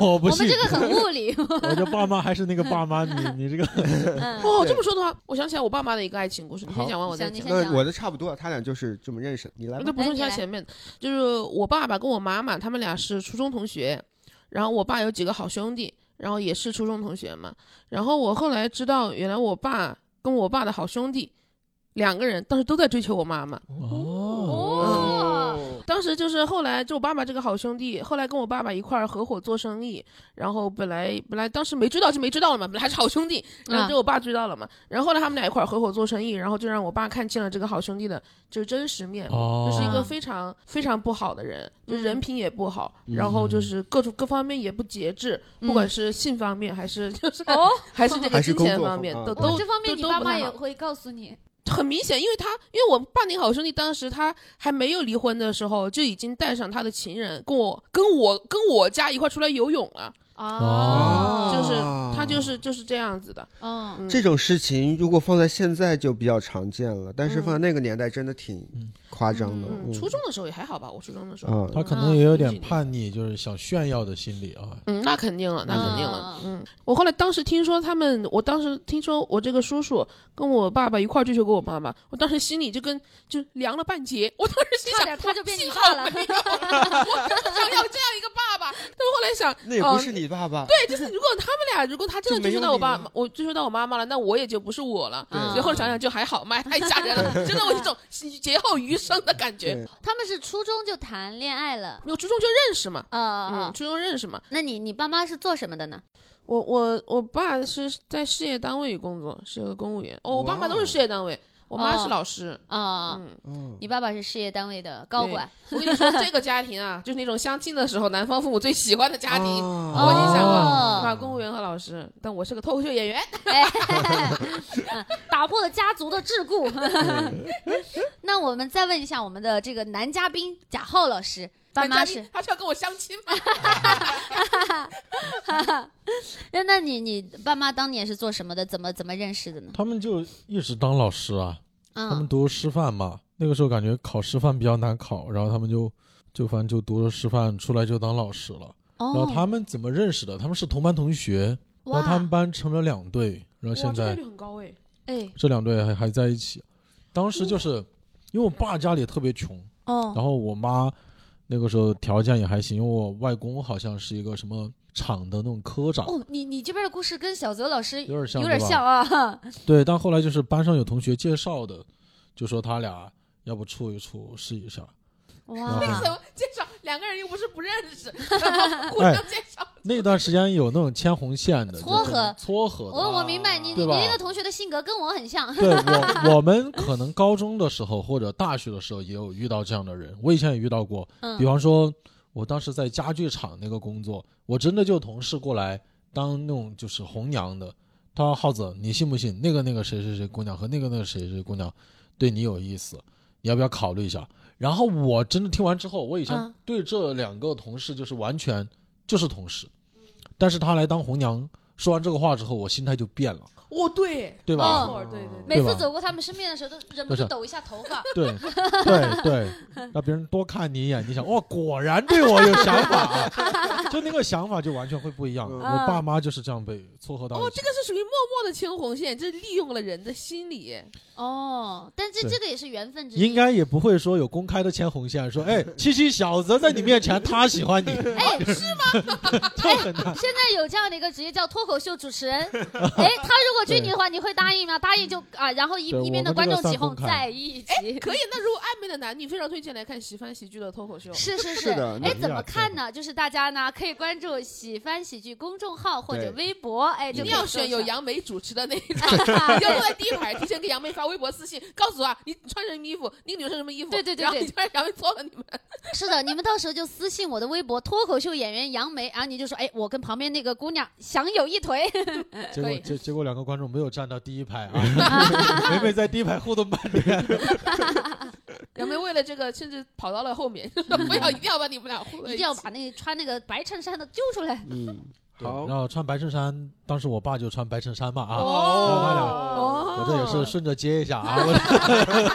Speaker 2: 我不
Speaker 1: 我们
Speaker 2: 信
Speaker 1: 这。个很物理。
Speaker 2: 我这爸妈还是那个爸妈，你你这个
Speaker 1: 嗯
Speaker 4: 哦，这么说的话，我想起来我爸妈的一个爱情故事，你先
Speaker 3: 好
Speaker 4: 讲完我再
Speaker 1: 想你
Speaker 4: 讲。
Speaker 1: 先
Speaker 3: 那我的差不多，他俩就是这么认识的。你来
Speaker 4: 我
Speaker 3: 吧
Speaker 4: 再，补充
Speaker 1: 哎
Speaker 4: 一下
Speaker 1: 你来
Speaker 4: 前面的，就是我爸爸跟我妈妈，他们俩是初中同学，然后我爸有几个好兄弟，然后也是初中同学嘛。然后我后来知道，原来我爸跟我爸的好兄弟两个人当时都在追求我妈妈。
Speaker 2: 哦，
Speaker 1: 哦，
Speaker 4: 当时就是后来就我爸爸这个好兄弟，后来跟我爸爸一块儿合伙做生意，然后本来本来当时没追到就没追到了嘛，本来还是好兄弟，然
Speaker 1: 嗯
Speaker 4: 后被我爸追到了嘛，然后后来他们俩一块儿合伙做生意，然后就让我爸看清了这个好兄弟的就是真实面目，
Speaker 2: 哦
Speaker 4: 就是一个非常非常不好的人，就
Speaker 1: 嗯
Speaker 4: 人品也不好，然后就是各种各方面也不节制，
Speaker 1: 嗯
Speaker 4: 不管是性方面还是就是、
Speaker 1: 哦，
Speaker 4: 还是这个
Speaker 3: 还是
Speaker 4: 金
Speaker 3: 工
Speaker 4: 钱
Speaker 3: 作
Speaker 4: 方
Speaker 3: 方
Speaker 4: 面
Speaker 3: 啊
Speaker 4: 都
Speaker 3: 哦
Speaker 4: 都
Speaker 1: 这方面嗯
Speaker 4: 都
Speaker 1: 你
Speaker 4: 都
Speaker 1: 爸
Speaker 4: 不
Speaker 1: 妈
Speaker 4: 太
Speaker 1: 也
Speaker 4: 好
Speaker 1: 会告诉你。
Speaker 4: 很明显，因为他因为我爸那个好兄弟当时他还没有离婚的时候，就已经带上他的情人跟我跟我跟我家一块出来游泳了，
Speaker 1: 哦，
Speaker 4: 就是
Speaker 3: 啊
Speaker 4: 他就是就是这样子的。
Speaker 1: 嗯，
Speaker 4: 嗯
Speaker 3: 这种事情，如果放在现在就比较常见了，但是放在那个年代真的挺夸张的。
Speaker 4: 嗯，
Speaker 3: 嗯
Speaker 4: 初中的时候也还好吧，我初中的时候。
Speaker 3: 啊，
Speaker 2: 他可能也有点叛逆，就是想炫耀的心理啊。
Speaker 4: 嗯，那肯定了，那肯定了
Speaker 1: 啊。
Speaker 4: 嗯，我后来当时听说他们，我当时听说我这个叔叔跟我爸爸一块儿追求过我妈妈，我当时心里就跟就凉了半截。我当时心
Speaker 1: 差
Speaker 4: 想，
Speaker 1: 点他就变你
Speaker 4: 幸好
Speaker 1: 爸了
Speaker 4: 没。有，我不想要这样一个爸爸。但我后来想，
Speaker 3: 那也
Speaker 4: 哦
Speaker 3: 不是你爸爸，
Speaker 4: 对，就是如果他们俩，如果他真的
Speaker 3: 就没
Speaker 4: 追
Speaker 3: 有
Speaker 4: 求到我
Speaker 3: 你
Speaker 4: 爸
Speaker 3: 了，啊
Speaker 4: 我追求到我妈妈了，那我也就不是我了。
Speaker 1: 对
Speaker 4: 所以后来想想就还好，妈呀，太吓人 了，真的我有一种劫后余生的感觉。
Speaker 1: 他们是初中就谈恋爱了。
Speaker 4: 我初中就认识嘛，
Speaker 1: 呃，
Speaker 4: 嗯，
Speaker 1: 哦
Speaker 4: 初中认识嘛，
Speaker 1: 那你你爸妈是做什么的呢？
Speaker 4: 我我我爸是在事业单位工作，是个公务员。哦，我爸妈都是事业单位，我妈
Speaker 1: 哦
Speaker 4: 是老师。
Speaker 1: 啊、
Speaker 4: 嗯，
Speaker 3: 哦，
Speaker 1: 你爸爸是事业单位的高
Speaker 4: 对
Speaker 1: 管，
Speaker 4: 我跟你说，这个家庭啊，就是那种相亲的时候，男方父母最喜欢的家
Speaker 1: 啊
Speaker 4: 庭。
Speaker 3: 哦
Speaker 4: 我已经想过，
Speaker 1: 哦
Speaker 4: 啊，公务员和老师，但我是个脱口秀演员。
Speaker 1: 哎， 嗯打破了家族的桎梏。 那我们再问一下我们的这个男嘉宾贾浩老师，爸
Speaker 4: 男嘉
Speaker 1: 妈
Speaker 4: 宾
Speaker 1: 是？
Speaker 4: 他是要跟我相亲吗？
Speaker 1: 那那你你爸妈当年是做什么的？怎么怎么认识的呢？
Speaker 2: 他们就一直当老师啊，他们
Speaker 1: 嗯
Speaker 2: 读师范嘛，那个时候感觉考师范比较难考，然后他们就就反正就读了师范，出来就当老师了。然后
Speaker 1: 哦，
Speaker 2: 他们怎么认识的？他们是同班同学，然后
Speaker 1: 哇，
Speaker 2: 他们班成了两队，
Speaker 3: 哦
Speaker 2: 然后现
Speaker 4: 这概
Speaker 2: 在
Speaker 4: 率很高哎。
Speaker 1: 哎
Speaker 2: 这两队还还在一起。当时就是因为我爸家里特别穷，
Speaker 1: 哦
Speaker 2: 然后我妈那个时候条件也还行，因为我外公好像是一个什么厂的那种科长，
Speaker 1: 哦，你你这边的故事跟小泽老师
Speaker 2: 有点像
Speaker 1: 有点
Speaker 2: 对吧
Speaker 1: 像 啊，
Speaker 2: 对，但后来就是班上有同学介绍的，就说他俩要不处一处试一下。
Speaker 1: 哇
Speaker 2: 然后
Speaker 4: 怎么介绍？两个人又不是不认 识，互相介绍。
Speaker 2: 那段时间有那种牵红线的
Speaker 1: 撮
Speaker 2: 就是
Speaker 1: 合
Speaker 2: 撮合的。
Speaker 1: 哦我我明白你你
Speaker 2: 对
Speaker 1: 你
Speaker 2: 吧
Speaker 1: 那个同学的性格跟我很像，
Speaker 2: 对我，我们可能高中的时候或者大学的时候也有遇到这样的人，我以前也遇到过。比
Speaker 1: 嗯
Speaker 2: 方说，我当时在家具厂那个工作，我真的就同事过来当那种就是红娘的。他说：“浩子，你信不信那个那个谁谁谁姑娘和那个那个谁谁谁姑娘对你有意思，你要不要考虑一下？”然后我真的听完之后，我以前
Speaker 1: 嗯
Speaker 2: 对这两个同事就是完全就是同事，但是他来当红娘，说完这个话之后，我心态就变了，
Speaker 4: 哦，对，
Speaker 2: 对吧？
Speaker 1: 哦
Speaker 4: 错对对对。
Speaker 1: 每
Speaker 2: 对
Speaker 1: 次
Speaker 2: 吧
Speaker 1: 走过他们身边的时候都忍
Speaker 2: 不
Speaker 1: 不住
Speaker 2: 是
Speaker 1: 抖一下头发，
Speaker 2: 对对对，让别人多看你一眼，你想哇，果然对我有想法啊， 就那个想法就完全会不一样。
Speaker 3: 嗯
Speaker 2: 我爸妈就是这样被撮合到
Speaker 4: 哦
Speaker 2: 一，起
Speaker 4: 这。个是属于默默的牵红线，这利用了人的心 理。
Speaker 1: 哦，但这
Speaker 2: 对
Speaker 1: 这个也是缘分之一，
Speaker 2: 应该也不会说有公开的牵红线，说哎，七七小子在你面前他喜欢你，
Speaker 1: 哎是吗？
Speaker 2: 就
Speaker 1: 哎，
Speaker 2: 很难。
Speaker 1: 现在有这样的一个职业叫脱口秀主持人，哎，他如果追你的话，你会答应吗？答应就啊，然后一
Speaker 2: 对
Speaker 1: 一边
Speaker 2: 我们
Speaker 1: 的
Speaker 2: 这
Speaker 1: 观众
Speaker 2: 个算
Speaker 1: 起哄
Speaker 2: 公开
Speaker 1: 在一起，
Speaker 4: 可以，那如果暧昧的男女，非常推荐来看喜欢喜剧的脱口秀。
Speaker 1: 是是是
Speaker 3: 是。的，
Speaker 1: 哎，
Speaker 2: 那
Speaker 1: 怎么看呢？就是大家呢可以关注喜翻喜剧公众号或者
Speaker 3: 对
Speaker 1: 微博，哎，
Speaker 4: 一
Speaker 1: 就
Speaker 4: 定
Speaker 1: 可以
Speaker 4: 要
Speaker 1: 搜
Speaker 4: 选有
Speaker 1: 上。
Speaker 4: 杨梅主持的那一 场，你要坐在第一排，提前给杨梅发微博私信，告诉她你穿什么衣服，那个女生什么衣服，
Speaker 1: 对对对
Speaker 4: 然后
Speaker 1: 对
Speaker 4: 你就让杨梅做了你们。
Speaker 1: 是的，你们到时候就私信我的微博脱口秀演员杨梅，然后你就说，哎，我跟旁边那个姑娘想有一腿。
Speaker 2: 结
Speaker 4: 可
Speaker 2: 果
Speaker 4: 以
Speaker 2: 结结果两个观众没有站到第一排 啊，每每在第一排互动半天。
Speaker 4: 杨梅为了这个，甚至跑到了后面，不 要一定要把你们俩互
Speaker 1: 一定要把那个穿那个白衬衫的揪出来。
Speaker 3: 嗯，
Speaker 2: 对
Speaker 3: 好
Speaker 2: 然，后穿白衬衫，当时我爸就穿白衬衫嘛啊，
Speaker 4: 哦
Speaker 2: 然后他俩
Speaker 4: 哦，
Speaker 2: 我这也是顺着接一下啊。我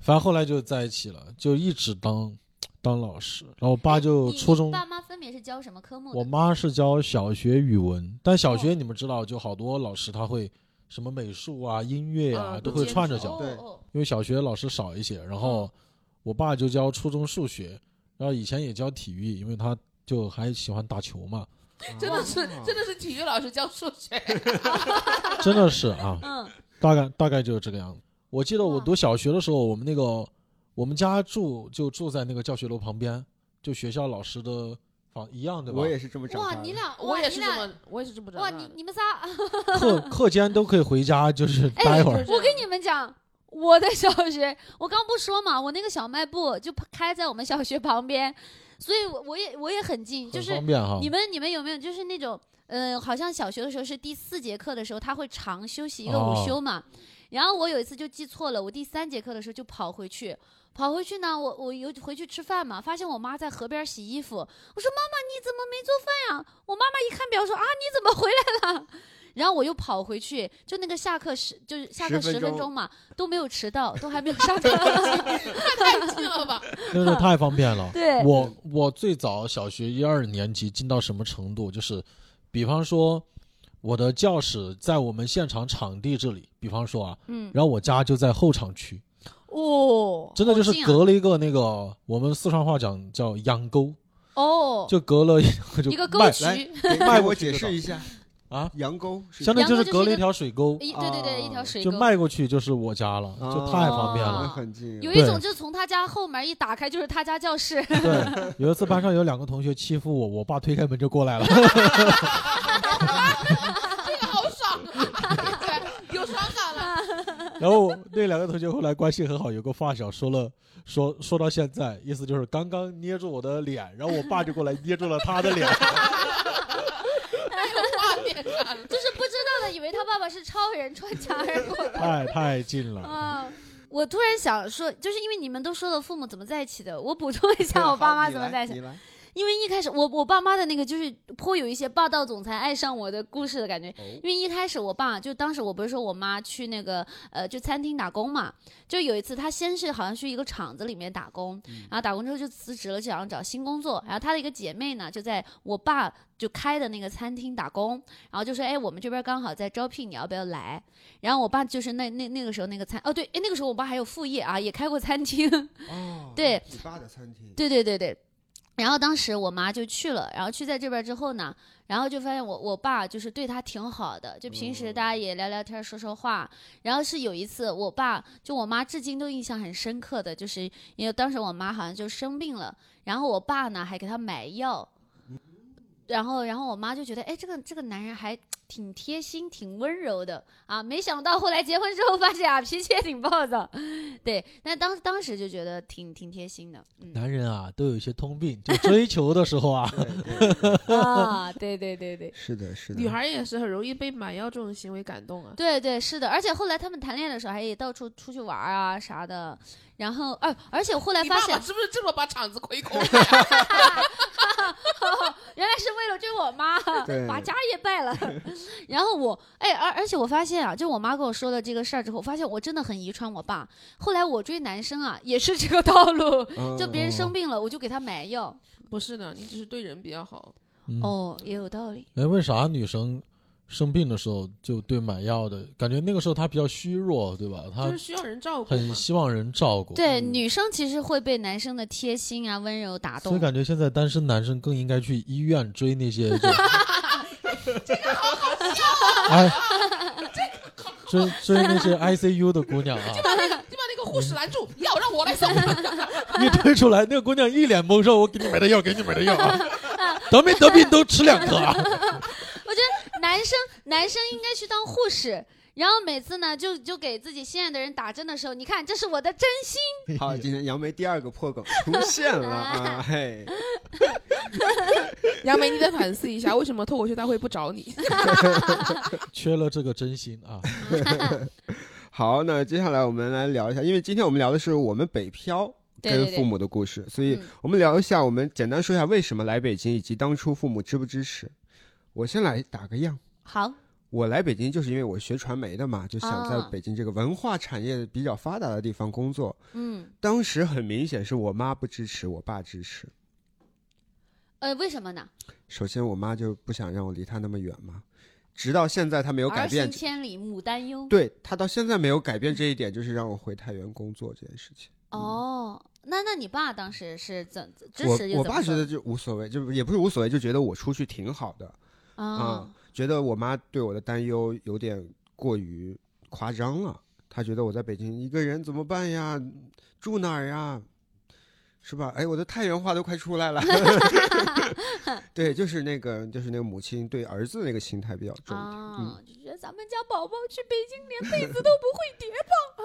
Speaker 2: 反正后来就在一起了，就一直当当老师。然后我爸就
Speaker 1: 你
Speaker 2: 初
Speaker 1: 你
Speaker 2: 中，
Speaker 1: 爸妈分别是教什么科目的？
Speaker 2: 我妈是教小学语文，但小学你们知道，就好多老师他会什么美术啊、音乐啊
Speaker 4: 啊
Speaker 2: 都
Speaker 4: 都
Speaker 2: 会
Speaker 4: 兼
Speaker 2: 串着
Speaker 4: 职
Speaker 2: 教，
Speaker 3: 对
Speaker 1: 哦哦
Speaker 2: 因为小学老师少一些。然后我爸就教初中数学，然后以前也教体育，因为他就还喜欢打球嘛，
Speaker 4: 真的是真的是体育老师教数学，
Speaker 2: 真的是啊。
Speaker 1: 嗯
Speaker 2: 大概大概就是这个样子。我记得我
Speaker 1: 哇
Speaker 2: 读小学的时候，我们那个我们家住就住在那个教学楼旁边，就学校老师的房一样，对吧？
Speaker 3: 我也是这么长
Speaker 1: 哇，
Speaker 3: 大的
Speaker 1: 你俩，
Speaker 4: 我
Speaker 1: 哇
Speaker 4: 也
Speaker 1: 你
Speaker 4: 是这
Speaker 1: 俩
Speaker 4: 么我也是这么长
Speaker 1: 哇，
Speaker 4: 大
Speaker 1: 你
Speaker 4: 的
Speaker 1: 你们仨，啊
Speaker 2: 课课间都可以回家，就是
Speaker 1: 哎
Speaker 2: 待会儿。
Speaker 4: 就是
Speaker 1: 我跟你们讲，我的小学，我刚不说嘛，我那个小卖部就开在我们小学旁边，所以我我也我也很近，就
Speaker 2: 很
Speaker 1: 是
Speaker 2: 方便哈
Speaker 1: 你，们你们有没有就是那种，呃，好像小学的时候是第四节课的时候，他会长休息一个午
Speaker 2: 哦
Speaker 1: 休嘛。然后我有一次就记错了，我第三节课的时候就跑回去，跑回去呢，我我有回去吃饭嘛，发现我妈在河边洗衣服，我说妈妈你怎么没做饭呀、我妈妈一看表说啊你怎么回来了？ 然后我又跑回去，就那个下课时就是下课
Speaker 3: 10
Speaker 1: 十
Speaker 3: 分
Speaker 1: 分
Speaker 3: 钟
Speaker 1: 钟嘛，都没有迟到，都还没有上课。
Speaker 4: 太近了吧？
Speaker 2: 真是太方便了。
Speaker 1: 对，
Speaker 2: 我我最早小学一二年级进到什么程度？就是，比方说，我的教室在我们现场场地这里，比方说啊，
Speaker 1: 嗯，
Speaker 2: 然后我家就在后场区，
Speaker 4: 哦，
Speaker 2: 真的就是
Speaker 1: 好近啊
Speaker 2: 隔了一个那个我们四川话讲叫秧沟，
Speaker 1: 哦，
Speaker 2: 就隔了一个就
Speaker 1: 一个沟
Speaker 2: 迈
Speaker 1: 渠，
Speaker 3: 来
Speaker 1: 一
Speaker 3: 给
Speaker 2: 迈
Speaker 3: 给
Speaker 2: 过
Speaker 3: 我
Speaker 2: 去
Speaker 3: 解
Speaker 2: 就到
Speaker 3: 释一下
Speaker 2: 啊，
Speaker 3: 羊沟是
Speaker 2: 相当于就
Speaker 1: 秧沟就
Speaker 2: 是
Speaker 1: 是
Speaker 2: 隔了
Speaker 1: 一
Speaker 2: 一条水沟，
Speaker 1: 对对对，一条
Speaker 3: 啊
Speaker 1: 水
Speaker 2: 就
Speaker 1: 沟。
Speaker 2: 迈过去就是我家了，
Speaker 3: 啊
Speaker 2: 就太方便了。
Speaker 1: 啊
Speaker 3: 很近，
Speaker 1: 有一种
Speaker 2: 对
Speaker 1: 就是从他家后门一打开就是他家教室，
Speaker 2: 对，有一次班上有两个同学欺负我，我爸推开门就过来了，
Speaker 4: 这个好爽啊！ 对，有爽感了。
Speaker 2: 然后那两个同学后来关系很好，有个发小说了说说到现在，意思就是刚刚捏住我的脸，然后我爸就过来捏住了他的 脸。
Speaker 4: 画面感了。
Speaker 1: 就是不知道的以为他爸爸是超人穿墙而过
Speaker 2: 太太近了。
Speaker 1: 啊。我突然想说，就是因为你们都说了父母怎么在一起的，我补充一下我爸妈怎么在一起。因为一开始我我爸妈的那个就是颇有一些霸道总裁爱上我的故事的感觉，
Speaker 3: 哦
Speaker 1: 因为一开始我爸就当时我不是说我妈去那个呃就餐厅打工嘛，就有一次她先是好像去一个厂子里面打工，然后打工之后就辞职了，就想找新工作。然后她的一个姐妹呢就在我爸就开的那个餐厅打工，然后就说哎我们这边刚好在招聘，你要不要来？然后我爸就是那那那个时候那个餐哦对，哎那个时候我爸还有副业啊，也开过餐厅。
Speaker 3: 哦，
Speaker 1: 对，
Speaker 3: 你爸的餐厅，
Speaker 1: 对对对对。然后当时我妈就去了，然后去在这边之后呢，然后就发现我我爸就是对她挺好的，就平时大家也聊聊天说说话。然后是有一次，我爸就我妈至今都印象很深刻的，就是因为当时我妈好像就生病了，然后我爸呢还给她买药，然后然后我妈就觉得哎这个这个男人还挺贴心挺温柔的啊，没想到后来结婚之后发现啊脾气也挺暴躁，对，但当当时就觉得挺挺贴心的，嗯。
Speaker 2: 男人啊，都有一些通病，就追求的时候啊，
Speaker 1: 啊，对对对对。
Speaker 3: 是的，是的。
Speaker 4: 女孩也是很容易被买药这种行为感动啊。
Speaker 1: 对对是的，而且后来他们谈恋爱的时候还也到处出去玩啊啥的，然后而、而且后来
Speaker 4: 你
Speaker 1: 发
Speaker 4: 爸
Speaker 1: 现
Speaker 4: 爸是不是这么把场子亏 空？
Speaker 1: 原来是为了追我 妈，
Speaker 3: 对
Speaker 1: 把家业败了。然后我哎，而而且我发现啊，就我妈跟我说了这个事儿之后，我发现我真的很遗传我爸。后来我追男生啊也是这个套路，
Speaker 3: 嗯
Speaker 1: 就别人生病了我就给他买药。
Speaker 4: 不是的，你只是对人比较好。
Speaker 2: 嗯
Speaker 1: 哦，也有道理。
Speaker 2: 哎，为啥女生生病的时候就对买药的感觉？那个时候她比较虚弱，对吧？
Speaker 4: 就
Speaker 2: 她
Speaker 4: 是需要人照顾
Speaker 2: 很
Speaker 4: 嘛。
Speaker 2: 希望人照
Speaker 4: 嗯
Speaker 2: 顾，
Speaker 1: 对，女生其实会被男生的贴心啊、温柔打
Speaker 2: 所以
Speaker 1: 动。
Speaker 2: 感觉现在单身男生更应该去医院追那 些。这个好好笑哎啊追追那些 ICU 的姑娘啊，
Speaker 4: 你把那个护士拦住，药让我来送。
Speaker 2: 一推出来，那个姑娘一脸懵，说：“我给你买的药，给你买的药 啊，得没得病都吃两颗 啊。
Speaker 1: 我觉得男生男生应该去当护士，然后每次呢就就给自己心爱的人打针的时候，你看这是我的真心，
Speaker 3: 好，今天杨梅第二个破梗出 现了啊！嘿，
Speaker 4: 杨梅，你得反思一下，为什么脱口秀大会不找你？
Speaker 2: 缺了这个真心啊，
Speaker 3: 好，那接下来我们来聊一下，因为今天我们聊的是我们北漂
Speaker 1: 对
Speaker 3: 跟
Speaker 1: 对对
Speaker 3: 父母的故事，所以
Speaker 1: 嗯
Speaker 3: 我们聊一下，我们简单说一下为什么来北京，以及当初父母支不支持。我先来打个样。
Speaker 1: 好，
Speaker 3: 我来北京就是因为我学传媒的嘛，就想在
Speaker 1: 啊
Speaker 3: 北京这个文化产业比较发达的地方工作。
Speaker 1: 嗯，
Speaker 3: 当时很明显是我妈不支持，我爸支持。
Speaker 1: 呃，为什么呢？
Speaker 3: 首先，我妈就不想让我离她那么远嘛，直到现在她没有改
Speaker 1: 儿
Speaker 3: 变
Speaker 1: 行，千里母担忧。
Speaker 3: 对她到现在没有改变这一点，就是让我回太原工作这件事情。
Speaker 1: 哦，那那你爸当时是怎支持
Speaker 3: 我
Speaker 1: 又
Speaker 3: 我
Speaker 1: 怎么说？
Speaker 3: 爸觉得就无所谓，就也不是无所谓，就觉得我出去挺好的，
Speaker 1: 啊
Speaker 3: 嗯，觉得我妈对我的担忧有点过于夸张了。她觉得我在北京一个人怎么办呀？住哪儿呀？是吧？哎，我的太原话都快 出来了。 对，就是那个，就是那个母亲对儿子那个心态比较重。嗯
Speaker 1: 啊，就觉得咱们家宝宝去北京 连被子都不会叠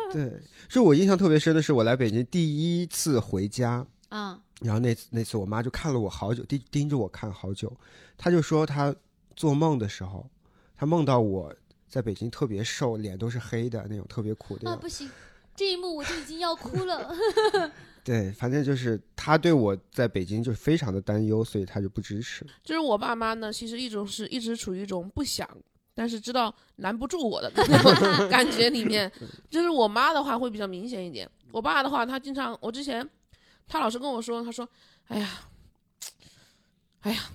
Speaker 3: 对，就我印象特别深的是，我来北京第一次回家，
Speaker 1: 啊，
Speaker 3: 然后那次那次我妈就看了我好久，盯盯着我看好久，她就说她做梦的时候，她梦到我在北京特别瘦，脸都是黑的那种，特别苦的
Speaker 1: 啊
Speaker 3: 样
Speaker 1: 不行，这一幕我就已经要哭 了。
Speaker 3: 对，反正就是她对我在北京就是非常的担忧，所以她就不支 持。
Speaker 4: 就是我爸妈呢，其实一种是一直处于一种不想，但是知道拦不住我的那种 感觉里面。就是我妈的话会比较明显一点，我爸的话，他经常我之前他老是跟我说，他说：“哎呀，哎呀，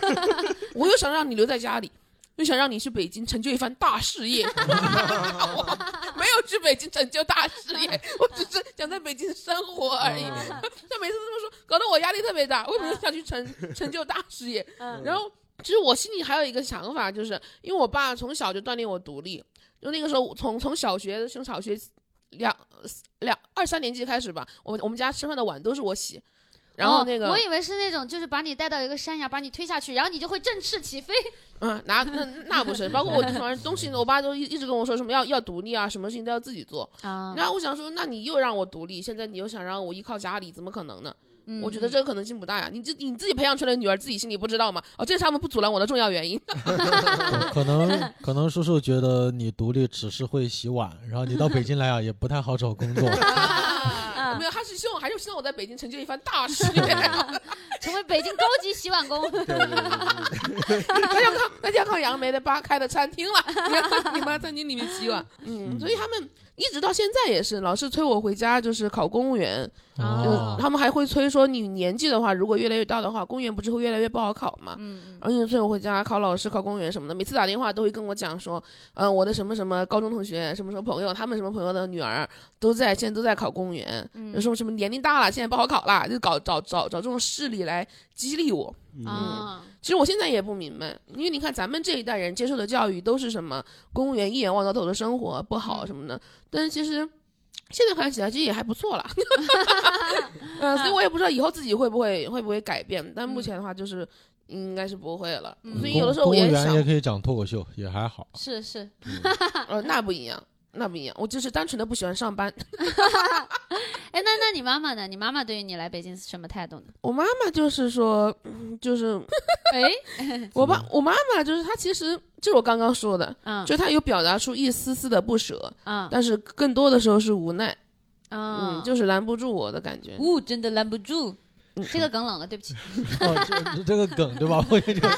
Speaker 4: 我又想让你留在家里。”又想让你去北京成就一番大事业， 我没有去北京成就大事业，我只是想在北京生活
Speaker 2: 哎
Speaker 4: 而已。
Speaker 1: 嗯
Speaker 4: 他每次这么说，搞得我压力特别大。为什么想去成成就大事业？
Speaker 1: 嗯
Speaker 4: 然后，其实我心里还有一个想法，就是因为我爸从小就锻炼我独立，就那个时候从从小学从小学两两二三年级开始吧，我们我们家吃饭的碗都是我洗。然后那个、
Speaker 1: 哦我以为是那种，就是把你带到一个山崖，把你推下去，然后你就会振翅起飞。
Speaker 4: 嗯，那那那不是，包括我反正东西，我爸都一一直跟我说什么要要独立啊，什么事情都要自己做。
Speaker 1: 啊，
Speaker 4: 那我想说，那你又让我独立，现在你又想让我依靠家里，怎么可能呢？
Speaker 1: 嗯
Speaker 4: 我觉得这个可能性不大呀。你自你自己培养出来的女儿，自己心里不知道吗？哦，这是他们不阻拦我的重要原因。
Speaker 2: 对可能可能叔叔觉得你独立只是会洗碗，然后你到北京来啊也不太好找工作。
Speaker 4: 啊没有，他是希望还是希望我在北京成就一番大事业。
Speaker 1: 成为北京高级洗碗工。
Speaker 3: 对对对对对
Speaker 4: 那要靠那就要靠杨梅的爸开的餐厅了，你要靠你妈餐厅里面洗碗。嗯，所以他们一直到现在也是老是催我回家，就是考公务员。
Speaker 1: 哦
Speaker 4: 就
Speaker 2: 哦，
Speaker 4: 他们还会催说，你年纪的话，如果越来越大的话，公务员不是会越来越不好考吗？
Speaker 1: 嗯，
Speaker 4: 而且催我回家考老师、考公务员什么的，每次打电话都会跟我讲说，嗯、我的什么什么高中同学、什么什么朋友，他们什么朋友的女儿都在现在都在考公务员，
Speaker 1: 嗯
Speaker 4: 有时候什么年龄大了，现在不好考了，就搞找找找这种事理来激励我。
Speaker 1: 嗯
Speaker 3: 嗯
Speaker 1: 啊，
Speaker 4: 其实我现在也不明白，因为你看咱们这一代人接受的教育都是什么公务员一眼望到头的生活不
Speaker 1: 嗯
Speaker 4: 好什么的，但是其实现在看起来其实也还不 错啦。嗯，所以我也不知道以后自己会不会会不会改变，但目前的话就是应该是不会了。
Speaker 1: 嗯
Speaker 4: 所以
Speaker 2: 公
Speaker 4: 有的时候我
Speaker 2: 公务员
Speaker 4: 想
Speaker 2: 也，可以讲脱口秀，也还好。
Speaker 1: 是是，
Speaker 4: 呃，那不一样。那不一样，我就是单纯的不喜欢上班。
Speaker 1: 哎，那那你妈妈呢？你妈妈对于你来北京是什么态度呢？
Speaker 4: 我妈妈就是说，嗯就是
Speaker 1: 哎，
Speaker 4: 我
Speaker 2: 嗯
Speaker 4: 爸，我妈妈就是她，其实就是我刚刚说的，
Speaker 1: 嗯
Speaker 4: 就她有表达出一丝丝的不舍，
Speaker 1: 嗯
Speaker 4: 但是更多的时候是无奈。嗯，
Speaker 1: 嗯，
Speaker 4: 就是拦不住我的感觉。
Speaker 1: 呜，真的拦不住。这个梗冷了，对不起。
Speaker 2: 哦，这这个梗对 吧？我也就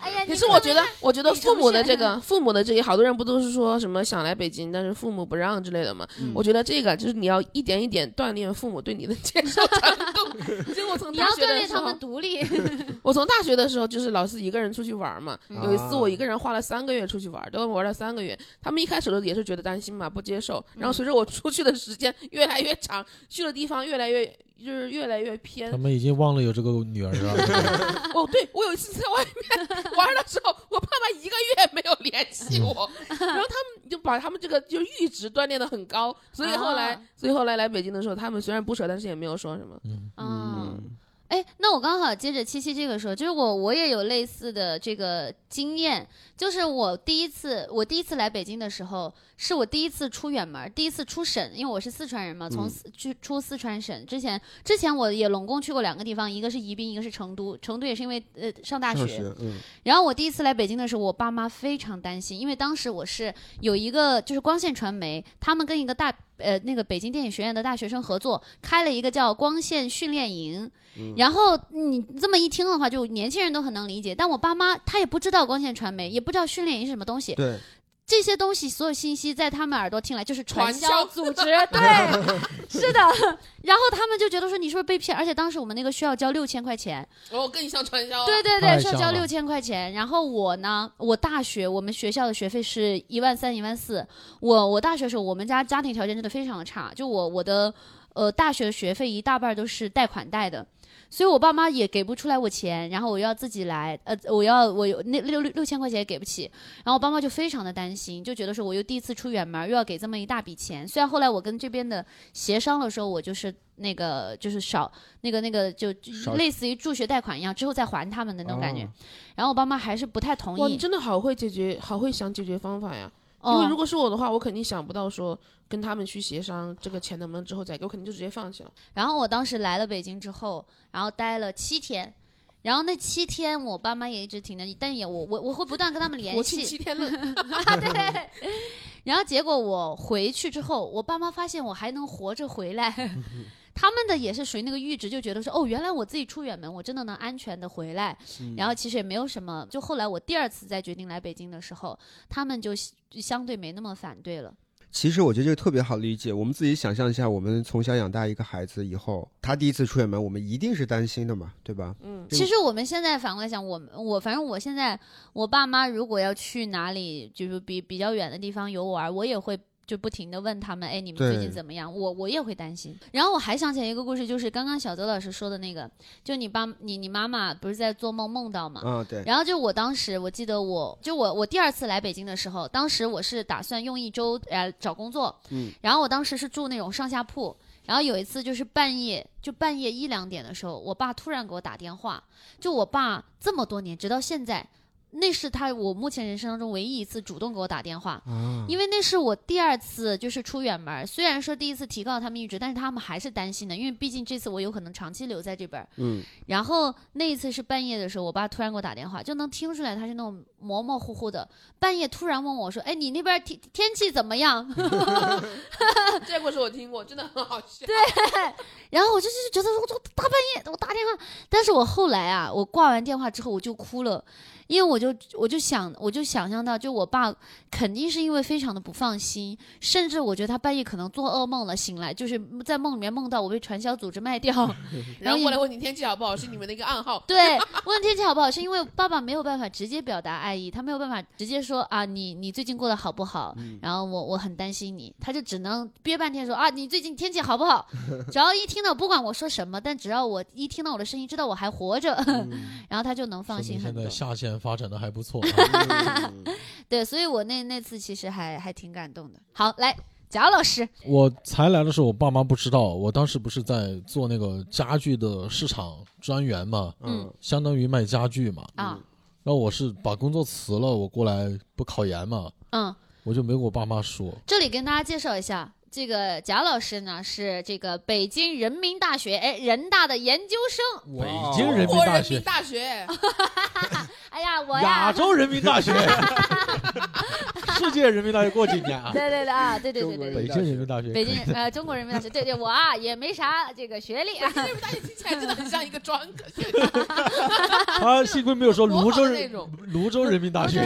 Speaker 1: 哎 呀，
Speaker 4: 可是我觉得，我觉得
Speaker 1: 你
Speaker 4: 父母的
Speaker 1: 出现
Speaker 4: 这个，父母的这个，好多人不都是说什么想来北京，但是父母不让之类的吗？
Speaker 2: 嗯
Speaker 4: 我觉得这个就是你要一点一点锻炼父母对你的接受程度。 其实我从
Speaker 1: 你要
Speaker 4: 大学
Speaker 1: 锻
Speaker 4: 的
Speaker 1: 炼
Speaker 4: 时
Speaker 1: 他
Speaker 4: 候
Speaker 1: 们，独 立。
Speaker 4: 我从大学的时候就是老是一个人出去玩嘛。
Speaker 1: 嗯
Speaker 4: 有一次
Speaker 2: 啊
Speaker 4: 我一个人花了三个月出去玩，都玩了三个月。他们一开始都也是觉得担心嘛，不接受。
Speaker 1: 嗯
Speaker 4: 然后随着我出去的时间越来越长，去的地方越来越就是越来越偏
Speaker 2: 他，们已经忘了有这个女儿啊了。
Speaker 4: 哦，对，我有一次在外 面玩的时候，我爸妈一个月没有联
Speaker 1: 嗯
Speaker 4: 系我，然后他们就把他们这个就阈值锻炼的很高，所以后来，
Speaker 1: 啊
Speaker 4: 所以后来来北京的时候，他们虽然不舍，但是也没有说什么。
Speaker 2: 嗯，
Speaker 1: 嗯。
Speaker 3: 嗯
Speaker 1: 哎，那我刚好接着七七这个说，就是我我也有类似的这个经验，就是我第一次我第一次来北京的时候，是我第一次出远门儿，第一次出省，因为我是四川人嘛，从
Speaker 3: 嗯
Speaker 1: 四去、出四川省之前，之前我也拢共去过两个地方，一个是宜宾，一个是成都，成都也是因为呃上大
Speaker 3: 上
Speaker 1: 学，
Speaker 3: 学，嗯，
Speaker 1: 然后我第一次来北京的时候，我爸妈非常担心，因为当时我是有一个就是光线传媒，他们跟一个大呃那个北京电影学院的大学生合作，开了一个叫光线训练营。然后你这么一听的话，就年轻人都很能理解，但我爸妈他也不知道光线传媒，也不知道训练营是什么东西，
Speaker 3: 对，
Speaker 1: 这些东西所有信息在他们耳朵听来就是传
Speaker 4: 传
Speaker 1: 销
Speaker 4: 销
Speaker 1: 组织，对，是的。然后他们就觉得说你是不是被骗？而且当时我们那个需要交六千块钱。
Speaker 4: 然后更像传哦销，
Speaker 1: 对，对
Speaker 2: 太
Speaker 1: 对，是要
Speaker 2: 香
Speaker 1: 交
Speaker 2: 了
Speaker 1: 六千块钱。然后我呢，我大学我们学校的学费是一万三、一万四。我我大学的时候，我们家家庭条件真的非常的差，就我我的呃大学学费一大半都是贷款贷的。所以我爸妈也给不出来我钱，然后我要自己来，呃，我要我有那六六六千块钱也给不起，然后我爸妈就非常的担心，就觉得说我又第一次出远门儿，又要给这么一大笔钱。虽然后来我跟这边的协商的时候，我就是那个就是少那个那个就就
Speaker 3: 少
Speaker 1: 类似于助学贷款一样，之后再还他们的那种感觉。然后我爸妈还是不太同
Speaker 4: 哇，你
Speaker 1: 意。
Speaker 4: 真的好会解决，好会想解决方法呀。因为如
Speaker 1: 哦，
Speaker 4: 果是我的话，我肯定想不到说跟他们去协商这个钱能不能之后再给，我肯定就直接放弃了。
Speaker 1: 然后我当时来了北京之后，然后待了七天。然后那七天，我爸妈也一直挺着，但也我我我会不断跟他们联
Speaker 4: 国庆
Speaker 1: 系。
Speaker 4: 七天 乐，
Speaker 1: 啊，对。然后结果我回去之后，我爸妈发现我还能活着回来，他们的也是属于那个阈值，就觉得说哦，原来我自己出远门，我真的能安全的回来。然后其实也没有什么，就后来我第二次再决定来北京的时候，他们就就相对没那么反对了。
Speaker 3: 其实我觉得这个特别好理解。我们自己想象一下，我们从小养大一个孩子以后，他第一次出远门，我们一定是担心的嘛，对吧？
Speaker 4: 嗯，
Speaker 1: 其实我们现在反过来想，我们我反正我现在我爸妈如果要去哪里，就是比比较远的地方游玩，我也会。就不停的问他们，哎，你们最近
Speaker 3: 对
Speaker 1: 怎么样？我我也会担心。然后我还想起来一个故事，就是刚刚小周老师说的那个，就你爸你你妈妈不是在做梦梦到吗？
Speaker 3: 啊，对，
Speaker 1: 然后就我当时，我记得我就我我第二次来北京的时候，当时我是打算用一周呃找工作，
Speaker 3: 嗯，
Speaker 1: 然后我当时是住那种上下铺，然后有一次就是半夜，就半夜一两点的时候，我爸突然给我打电话，就我爸这么多年，直到现在，那是他我目前人生当中唯一一次主动给我打电话，
Speaker 3: 啊，
Speaker 1: 因为那是我第二次就是出远门儿，虽然说第一次提高了他们阈值，但是他们还是担心的，因为毕竟这次我有可能长期留在这边儿。
Speaker 3: 嗯
Speaker 1: 然后那一次是半夜的时候，我爸突然给我打电话，就能听出来他是那种模模糊糊的，半夜突然问我说：“哎，你那边儿天天气怎么样？”
Speaker 4: 这故事我听过，真的很好笑。对，
Speaker 1: 然后我就是觉得我大半夜我打电话，但是我后来啊，我挂完电话之后我就哭了，因为我就我就想我就想象到，就我爸肯定是因为非常的不放心，甚至我觉得他半夜可能做噩梦了，醒来就是在梦里面梦到我被传销组织卖掉，
Speaker 4: 然后过来问你天气好不好，是你们的一个 暗号。
Speaker 1: 对，问天气好不好，是因为爸爸没有办法直接表达爱意，他没有办法直接说啊，你你最近过得好不好？然后我我很担心你，他就只能憋半天说啊，你最近天气好不 好？只要一听到不管我说什么，但只要我一听到我的声音，知道我还活着， 然后他就能放
Speaker 2: 说明
Speaker 1: 心嗯很
Speaker 2: 现
Speaker 1: 多
Speaker 2: 在。下线发展的还不错、啊。
Speaker 1: 对，所以我那那次其实还还挺感动的。好，来贾老师，
Speaker 2: 我才来的时候，我爸妈不知道，我当时不是在做那个家具的市场专员嘛，
Speaker 1: 嗯
Speaker 2: 相当于卖家具嘛。
Speaker 1: 啊，
Speaker 2: 然后我是把工作辞了，我过来不考研嘛，
Speaker 1: 嗯，
Speaker 2: 我就没跟我爸妈说。
Speaker 1: 这里跟大家介绍一下，这个贾老师呢是这个北京人民大学哎人大的研究生。
Speaker 3: 北
Speaker 2: 北京人民
Speaker 4: 哦中国
Speaker 2: 大
Speaker 4: 人民
Speaker 2: 学，
Speaker 4: 大学，
Speaker 1: 哎呀，我呀
Speaker 2: 亚，洲人民 大学，世界人民大学过几年啊？
Speaker 1: 对对对啊，对对对对
Speaker 3: 中国
Speaker 2: 北
Speaker 1: 对，
Speaker 2: 京人民大学，
Speaker 1: 北京呃中国人民大学，对对，我啊也没啥这个学 历啊，
Speaker 4: 人民大学听起来真的很像一个专科学校。
Speaker 2: 他幸亏没有说泸州
Speaker 4: 模仿的那
Speaker 2: 人
Speaker 4: 种
Speaker 2: 泸州人民大学，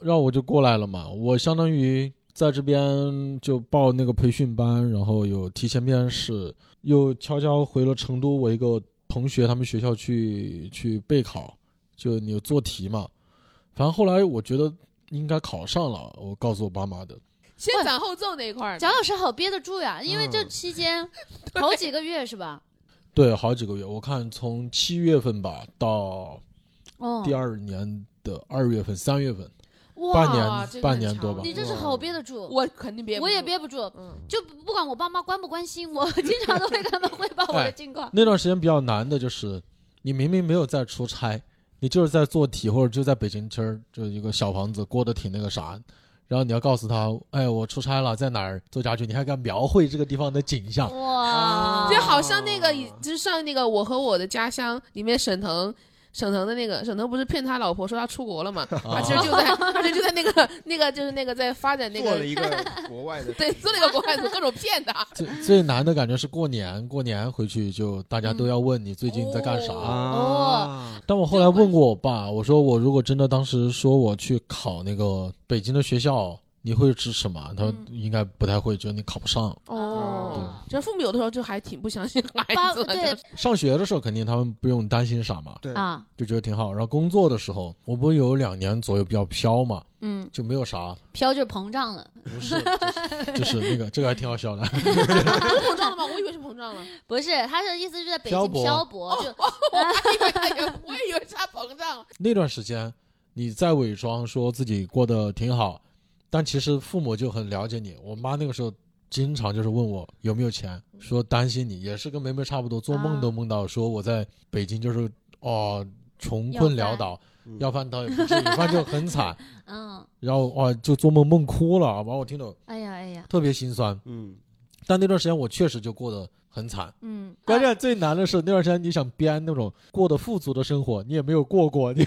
Speaker 2: 然后我就过来了嘛。我相当于在这边就报那个培训班，然后有提前面试，又悄悄回了成都，我一个同学他们学校去去备考，就你做题嘛。反正后来我觉得应该考上了，我告诉我爸妈的。
Speaker 4: 先斩后奏那一块儿，
Speaker 1: 蒋老师好憋得住呀，因为这期间头几个月是吧？
Speaker 2: 对，好几个月，我看从七月份吧到
Speaker 1: 哦
Speaker 2: 第，二年的二月份、三月份，
Speaker 4: 哇
Speaker 2: 半年
Speaker 4: 这个
Speaker 2: 半
Speaker 4: 很
Speaker 2: 年多
Speaker 4: 长
Speaker 2: 吧
Speaker 1: 你这是好憋得住，
Speaker 4: 我肯定别，
Speaker 1: 我也。憋不住，
Speaker 4: 嗯，
Speaker 1: 就不管我爸妈关不关心，我经常都会跟他们汇报我的近 况。
Speaker 2: 那段时间比较难的就是，你明明没有在出差，你就是在做题或者就在北京村儿就一个小房子过得挺那个啥，然后你要告诉他，哎，我出差了，在哪儿做家具，你还敢描绘这个地方的景象，
Speaker 1: 哇，
Speaker 4: 就好像那个以，就是上那个《我和我的家乡》里面沈腾。沈腾的那个，沈腾不是骗他老婆说他出国了嘛？
Speaker 1: 哦
Speaker 2: 啊
Speaker 4: 他其实就在，他其实就在那个那个就是那个在发展那
Speaker 3: 做了
Speaker 4: 个，
Speaker 3: 一个国外的，
Speaker 4: 对，做了一个国外的各种骗他。
Speaker 2: 最最难的感觉是过年，过年回去就大家都要问你最近在干啥。
Speaker 1: 嗯哦
Speaker 3: 啊，
Speaker 2: 但我后来问过我爸，我说我如果真的当时说我去考那个北京的学校，你会支持吗？他说
Speaker 1: 嗯
Speaker 2: 应该不太会，觉得你考不上。
Speaker 4: 哦，
Speaker 2: 嗯
Speaker 4: 就是父母有的时候就还挺不相信孩
Speaker 1: 八
Speaker 4: 子的，啊
Speaker 1: 对
Speaker 4: 就是
Speaker 2: 上学的时候肯定他们不用担心啥嘛，
Speaker 3: 对，
Speaker 1: 啊，
Speaker 2: 就觉得挺好。然后工作的时候，我不是有两年左右比较飘嘛，
Speaker 1: 嗯，
Speaker 2: 就没有啥，
Speaker 1: 飘就膨胀了，
Speaker 2: 不是，就是那个这个还挺好笑的。
Speaker 4: 膨胀了
Speaker 1: 啊
Speaker 4: 吗？我以为是膨胀了，
Speaker 1: 不是，他的意思就是在北
Speaker 2: 漂
Speaker 1: 京
Speaker 2: 泊
Speaker 1: 漂泊，就
Speaker 4: 我以为他有，哎我以为是他膨胀了。
Speaker 2: 那段时间，你在伪装说自己过得挺好，但其实父母就很了解你。我妈那个时候经常就是问我有没有钱，说担心你，也是跟梅梅差不多，做梦都梦到说我在北京就是哦穷困潦倒，
Speaker 3: 嗯
Speaker 2: 要饭倒也不至于，反正就很惨。
Speaker 1: 嗯，
Speaker 2: 然后哇、就做梦梦哭了，把我听得
Speaker 1: 哎呀哎呀，
Speaker 2: 特别心酸。
Speaker 3: 嗯，
Speaker 2: 但那段时间我确实就过得很惨。
Speaker 1: 嗯，
Speaker 2: 关键最难的是那段时间你想编那种过得富足的生活，你也没有过过，你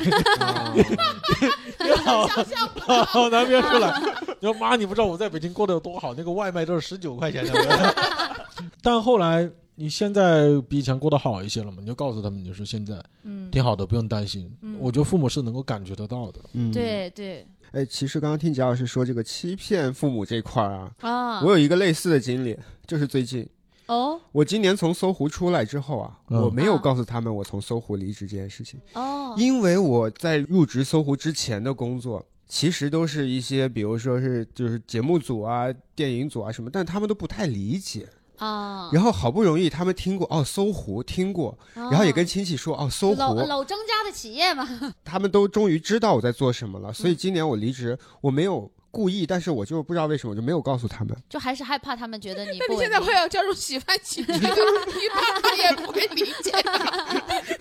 Speaker 2: 你好
Speaker 4: 想象不 到，
Speaker 2: 好难编出来。你说妈，你不知道我在北京过得有多好，那个外卖都是十九块钱的。 但后来你现在比以前过得好一些了嘛？你就告诉他们，你说现在
Speaker 1: 嗯，
Speaker 2: 挺好的，不用担心。
Speaker 1: 嗯
Speaker 2: 我觉得父母是能够感觉得到的。
Speaker 3: 嗯，
Speaker 1: 对对
Speaker 3: 哎，其实刚刚听贾老师说这个欺骗父母这块儿啊，
Speaker 1: 啊，
Speaker 3: 我有一个类似的经历，就是最近
Speaker 1: 哦
Speaker 3: 我今年从搜狐出来之后啊，
Speaker 2: 嗯
Speaker 3: 我没有
Speaker 1: 啊
Speaker 3: 告诉他们我从搜狐离职这件事情，
Speaker 1: 哦，
Speaker 3: 因为我在入职搜狐之前的工作。其实都是一些，比如说是就是节目组啊、电影组啊什么，但他们都不太理解。
Speaker 1: 啊，
Speaker 3: 然后好不容易他们听过哦，搜狐听过，然后也跟亲戚说哦，搜
Speaker 1: 啊
Speaker 3: 狐
Speaker 1: 老老张家的企业嘛，嗯
Speaker 3: 他们都终于知道我在做什么了，所以今年我离职，我没有故意，但是我就不知道为什么我就没有告诉他 们。
Speaker 1: 就还是害怕他们觉得你
Speaker 4: 那
Speaker 1: 不
Speaker 4: 你
Speaker 1: 稳
Speaker 4: 现在
Speaker 1: 定。
Speaker 4: 快要加入喜欢 喜剧了，你爸妈也不会理解你，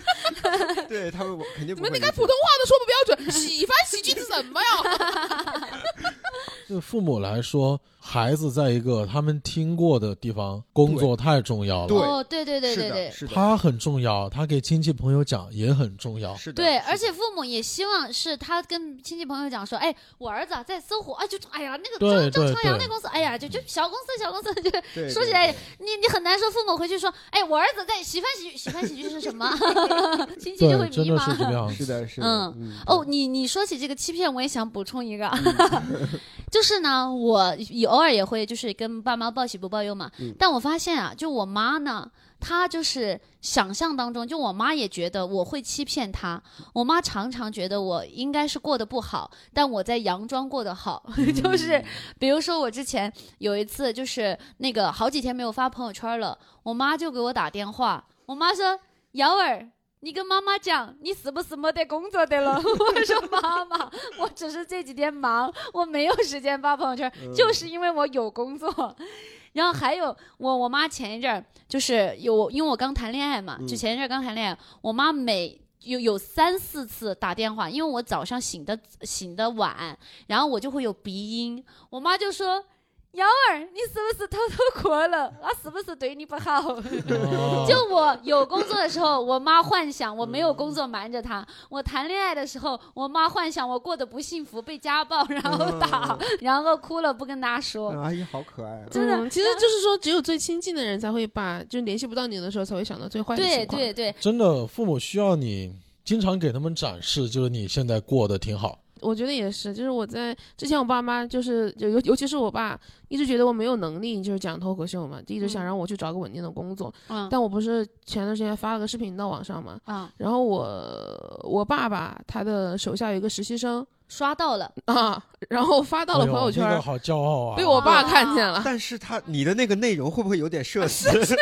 Speaker 3: 对他们我肯定
Speaker 4: 你
Speaker 3: 不
Speaker 4: 们
Speaker 3: 会理解。
Speaker 4: 那个普通话都说不标准，喜欢喜剧是什么 呀？
Speaker 2: 对父母来说，孩子在一个他们听过的地方工作太重要
Speaker 3: 对
Speaker 2: 了，
Speaker 1: 哦，对对对对对。
Speaker 3: 是的，是的，
Speaker 2: 他很重要，他给亲戚朋友讲也很重要。
Speaker 3: 是的。
Speaker 1: 对，
Speaker 3: 是的
Speaker 1: 而且父母也希望是他跟亲戚朋友讲说，哎，我儿子啊在搜狐，啊，就哎呀那个张张
Speaker 2: 对对
Speaker 1: 朝阳那
Speaker 2: 对
Speaker 1: 公司，哎呀，就就小公司小公司，就
Speaker 3: 对
Speaker 1: 说
Speaker 3: 对
Speaker 1: 起来
Speaker 3: 对
Speaker 1: 你你很难说父母回去说，哎，我儿子在喜欢喜剧，喜欢喜剧是什么？ 亲戚就会
Speaker 2: 对，真
Speaker 1: 迷
Speaker 2: 的是这个
Speaker 1: 茫。
Speaker 2: 样
Speaker 3: 是
Speaker 2: 子。
Speaker 3: 的，是的，
Speaker 1: 嗯
Speaker 3: 嗯，嗯
Speaker 1: 哦，你你说起这个欺骗，我也想补充一个， 就是呢，我也偶尔也会就是跟爸妈报喜不报忧嘛，
Speaker 3: 嗯
Speaker 1: 但我发现啊，就我妈呢，她就是想象当中，就我妈也觉得我会欺骗她，我妈常常觉得我应该是过得不好，但我在佯装过得好，
Speaker 3: 嗯
Speaker 1: 就是比如说我之前有一次就是那个好几天没有发朋友圈了，我妈就给我打电话，我妈说瑶儿。你跟妈妈讲，你是不是没得工作的了？ 我说妈妈，我只是这几天忙，我没有时间发朋友圈，
Speaker 3: 嗯
Speaker 1: 就是因为我有工作。然后还有我我妈前一阵儿就是有，因为我刚谈恋爱嘛，
Speaker 3: 嗯
Speaker 1: 就前一阵儿刚谈恋爱，我妈每有有三四次打电话，因为我早上醒的醒的晚，然后我就会有鼻音，我妈就说。瑶儿，你是不是偷偷哭了？我是不是对你不好？
Speaker 2: 哦
Speaker 1: 就我有工作的时候，我妈幻想我没有工作瞒着她；我谈恋爱的时候，我妈幻想我过得不幸福，被家暴，然后打，然后哭了不跟她
Speaker 3: 嗯
Speaker 1: 说。
Speaker 3: 阿姨好可爱啊。
Speaker 1: 真的
Speaker 4: 嗯其实就是说，只有最亲近的人才会把，就是联系不到你的时候才会想到最坏的
Speaker 1: 对
Speaker 4: 情况。
Speaker 1: 对对，
Speaker 2: 真的，父母需要你经常给他们展示，就是你现在过得挺好。
Speaker 4: 我觉得也是，就是我在之前，我爸妈就是就尤尤其是我爸，一直觉得我没有能力，就是讲脱口秀嘛，就一直想
Speaker 1: 嗯
Speaker 4: 让我去找个稳定的工作。
Speaker 1: 嗯
Speaker 4: 但我不是前段时间发了个视频到网上嘛，
Speaker 1: 啊，
Speaker 4: 然后我我爸爸他的手下有一个实习生
Speaker 1: 刷到了，
Speaker 4: 啊，然后发到了
Speaker 2: 哎呦
Speaker 4: 朋友圈，
Speaker 2: 那个好骄傲啊！
Speaker 4: 被我
Speaker 1: 哇
Speaker 4: 爸看见了。
Speaker 3: 但是他你的那个内容会不会有点社死？
Speaker 1: 啊是不是？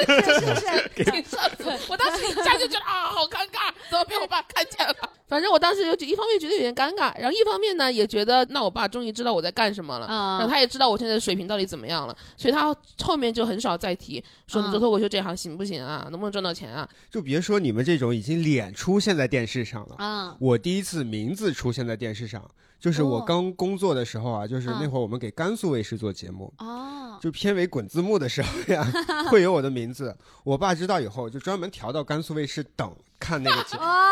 Speaker 4: 挺社死， 我当时一下就觉得啊，好尴尬，怎么被我爸看见了？ 反正我当时有一方面觉得有点尴尬，然后一方面呢也觉得，那我爸终于知道我在干什么了，
Speaker 1: 啊
Speaker 4: 然后他也知道我现在的水平到底怎么样了，所以他后面就很少再提说你
Speaker 1: 嗯
Speaker 4: 做脱口秀这行行不行啊，能不能赚到钱啊？
Speaker 3: 就别说你们这种已经脸出现在电视上了，
Speaker 1: 啊，
Speaker 3: 我第一次名字出现在电视上，就是我
Speaker 1: 哦
Speaker 3: 刚工作的时候啊，就是
Speaker 1: 啊
Speaker 3: 那会儿我们给甘肃卫视做节目，
Speaker 1: 哦，
Speaker 3: 就片尾滚字幕的时候呀， 会有我的名字。我爸知道以后，就专门调到甘肃卫视等看那 个节目。
Speaker 1: 哇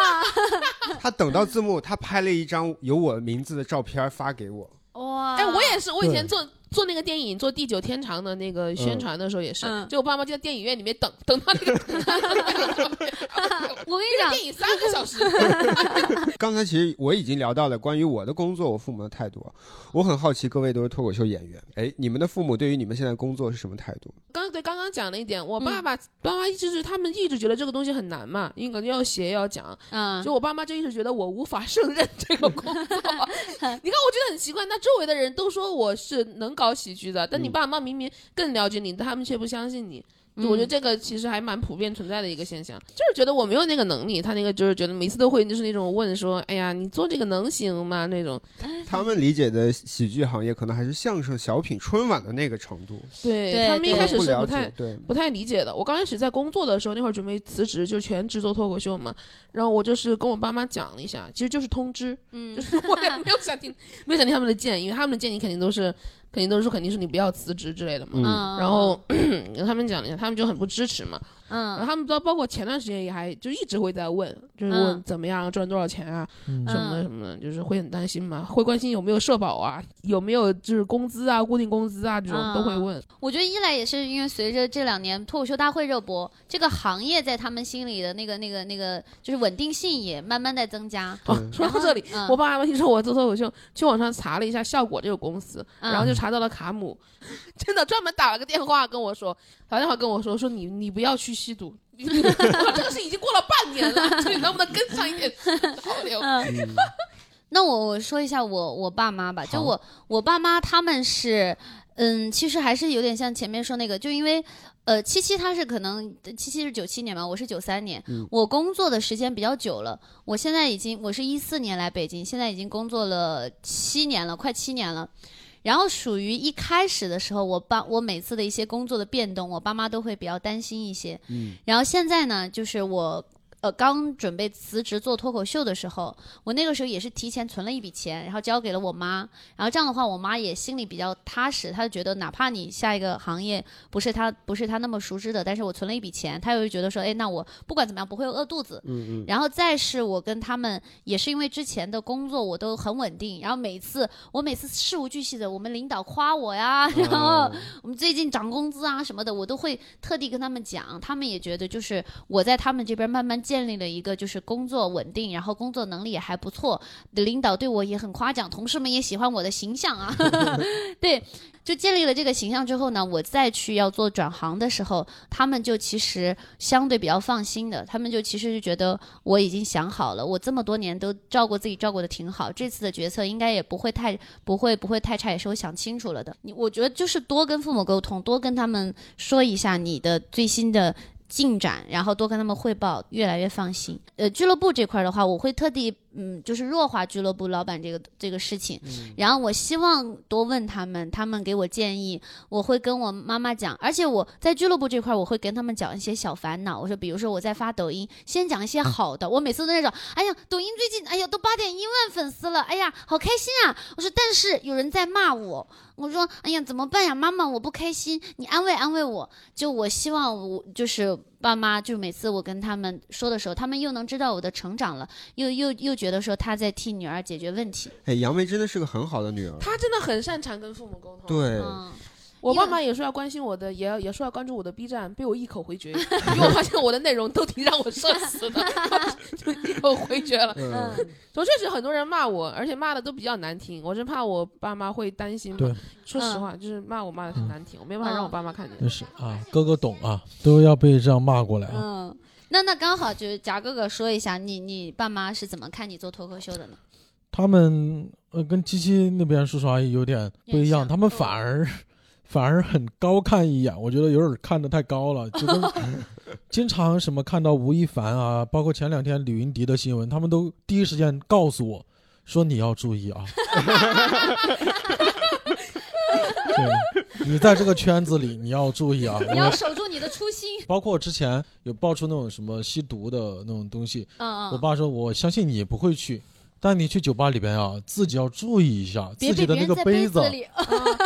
Speaker 3: 他等到字幕，他拍了一张有我名字的照片发给我。
Speaker 1: 哇！
Speaker 4: 哎，我也是，我以前
Speaker 2: 对
Speaker 4: 做。做那个电影，做《地久天长》的那个宣传的时候也是，
Speaker 1: 嗯
Speaker 4: 就我爸妈就在电影院里面等等到那 个
Speaker 1: 我跟你
Speaker 4: 那个
Speaker 1: 讲，
Speaker 4: 电影三个小时，
Speaker 3: 刚才其实我已经聊到了关于我的工作，我父母的态度。我很好奇，各位都是脱口秀演员，哎，你们的父母对于你们现在工作是什么态度？
Speaker 4: 刚对刚刚讲了一点，我
Speaker 1: 嗯
Speaker 4: 爸爸、爸妈一直是他们一直觉得这个东西很难嘛，因为感觉要写要讲，
Speaker 1: 嗯
Speaker 4: 就我爸妈就一直觉得我无法胜任这个工 作。你看，我觉得很奇怪，那周围的人都说我是能搞喜剧的，但你
Speaker 3: 嗯
Speaker 4: 爸妈明明更了解你，但他们却不相信你。
Speaker 1: 嗯
Speaker 4: 我觉得这个其实还蛮普遍存在的一个现象，就是觉得我没有那个能力，他那个就是觉得每次都会就是那种问说，哎呀，你做这个能行吗？那种，
Speaker 3: 他们理解的喜剧行业，可能还是相声、小品、春晚的那个程度，
Speaker 4: 对
Speaker 1: 对
Speaker 4: 他们一
Speaker 1: 对
Speaker 4: 开始
Speaker 3: 不
Speaker 4: 是
Speaker 3: 了
Speaker 4: 不
Speaker 3: 解
Speaker 4: 太。。
Speaker 3: 对，
Speaker 4: 不太理解的。我刚开始在工作的时候，那会儿准备辞职，就全职做脱口秀嘛。然后我就是跟我爸妈讲了一下，其实就是通知，
Speaker 1: 嗯
Speaker 4: 就，是我也没有 想听，没有想听他们的建议，因为他们的建议肯定都是，肯定都是说肯定是你不要辞职之类的嘛。
Speaker 1: 啊
Speaker 3: 嗯
Speaker 4: 然后 他们讲了一下，他们就很不支持嘛。然后
Speaker 1: 嗯
Speaker 4: 他们包包括前段时间也还就一直会在问，就是
Speaker 1: 嗯
Speaker 4: 问怎么样赚多少钱啊，
Speaker 2: 嗯
Speaker 4: 什么的什么的，就是会很担心嘛，会关心有没有社保啊，有没有就是工资啊、固定工资啊这种都会
Speaker 1: 嗯
Speaker 4: 问。
Speaker 1: 我觉得一来也是因为随着这两年脱口秀大会热播，这个行业在他们心里的那个那个那个就是稳定性也慢慢在增加。
Speaker 4: 哦
Speaker 3: 对，
Speaker 4: 说
Speaker 1: 然后
Speaker 4: 到这里，
Speaker 1: 嗯
Speaker 4: 我爸爸听说我做脱口秀，去网上查了一下效果这个公司，
Speaker 1: 嗯
Speaker 4: 然后就查到了卡姆， 真的专门打了个电话跟我说，打电话跟我说说你你不要去吸毒， 我这个事已经过了半年了，这你能不能跟上一点 潮 流？
Speaker 3: 嗯
Speaker 1: 那我我说一下我我爸妈吧，就
Speaker 2: 好
Speaker 1: 我我爸妈他们是，嗯，其实还是有点像前面说那个，就因为。呃，七七他是可能七七是九七年嘛，我是九三年，
Speaker 3: 嗯
Speaker 1: 我工作的时间比较久了，我现在已经我是一四年来北京，现在已经工作了七年了，快七年了。然后属于一开始的时候，我爸我每次的一些工作的变动，我爸妈都会比较担心一些。
Speaker 3: 嗯，
Speaker 1: 然后现在呢，就是我呃刚准备辞职做脱口秀的时候，我那个时候也是提前存了一笔钱，然后交给了我妈。然后这样的话，我妈也心里比较踏实，她就觉得哪怕你下一个行业不是她不是她那么熟知的，但是我存了一笔钱，她也会觉得说，哎，那我不管怎么样不会饿肚子。
Speaker 3: 嗯
Speaker 1: 然后再是我跟他们也是因为之前的工作我都很稳定，然后每次我每次事无巨细的，我们领导夸我呀，
Speaker 3: 嗯，
Speaker 1: 然后我们最近涨工资啊什么的，我都会特地跟他们讲，他们也觉得就是我在他们这边慢慢建立了一个就是工作稳定，然后工作能力也还不错，领导对我也很夸奖，同事们也喜欢我的形象啊， 对，就建立了这个形象之后呢，我再去要做转行的时候，他们就其实相对比较放心的，他们就其实就觉得我已经想好了，我这么多年都照顾自己照顾的挺好，这次的决策应该也不会太不会不会太差，也是我想清楚了的。你我觉得就是多跟父母沟通，多跟他们说一下你的最新的。进展，然后多跟他们汇报，越来越放心。呃，俱乐部这块的话，我会特地，嗯，就是弱化俱乐部老板这个这个事情。然后我希望多问他们，他们给我建议，我会跟我妈妈讲，而且我在俱乐部这块，我会跟他们讲一些小烦恼。我说，比如说我在发抖音，先讲一些好的。我每次都那种，哎呀，抖音最近，哎呀，都八点一万粉丝了，哎呀，好开心啊！我说，但是有人在骂我，我说，哎呀，怎么办呀，妈妈，我不开心，你安慰安慰我。就我希望我就是爸妈，就每次我跟他们说的时候，他们又能知道我的成长了，又又又觉得说他在替女儿解决问题。
Speaker 3: 哎，杨梅真的是个很好的女儿，
Speaker 4: 他真的很擅长跟父母沟通。
Speaker 3: 对，
Speaker 1: 嗯，
Speaker 4: 我
Speaker 1: 因为
Speaker 4: 爸妈也说要关心我的，也要也说要关注我的 B 站，被我一口回绝， 因为我发现我的内容都挺让我社死 的，就一口回绝了。
Speaker 3: 嗯，
Speaker 4: 我确实很多人骂我，而且骂的都比较难听，我是怕我爸妈会担心嘛。
Speaker 2: 对，
Speaker 4: 说
Speaker 1: 嗯
Speaker 4: 实话，就是骂我骂的很难听，我没办法让我爸妈看见。
Speaker 2: 那是啊，哥哥懂啊，都要被这样骂过来啊。
Speaker 1: 嗯，那那刚好就是贾哥哥说一下，你你爸妈是怎么看你做脱口秀的呢？
Speaker 2: 他们呃跟七七那边叔叔阿姨有点不一
Speaker 1: 有点像
Speaker 2: 样，他们反 而、反而很高看一眼，我觉得有点看得太高了，就跟 经常什么看到吴亦凡啊，包括前两天李云迪的新闻，他们都第一时间告诉我说你要注意啊。 对，你在这个圈子里，你要注意啊！
Speaker 1: 你要守住你的初心。
Speaker 2: 包括之前有爆出那种什么吸毒的那种东西，
Speaker 1: 嗯
Speaker 2: 我
Speaker 1: 嗯，
Speaker 2: 爸说：“我相信你不会去，但你去酒吧里边啊，自己要注意一下
Speaker 1: 别
Speaker 2: 自
Speaker 1: 被
Speaker 2: 己
Speaker 1: 别
Speaker 2: 的那
Speaker 1: 人
Speaker 2: 个
Speaker 1: 在
Speaker 2: 杯
Speaker 1: 子里。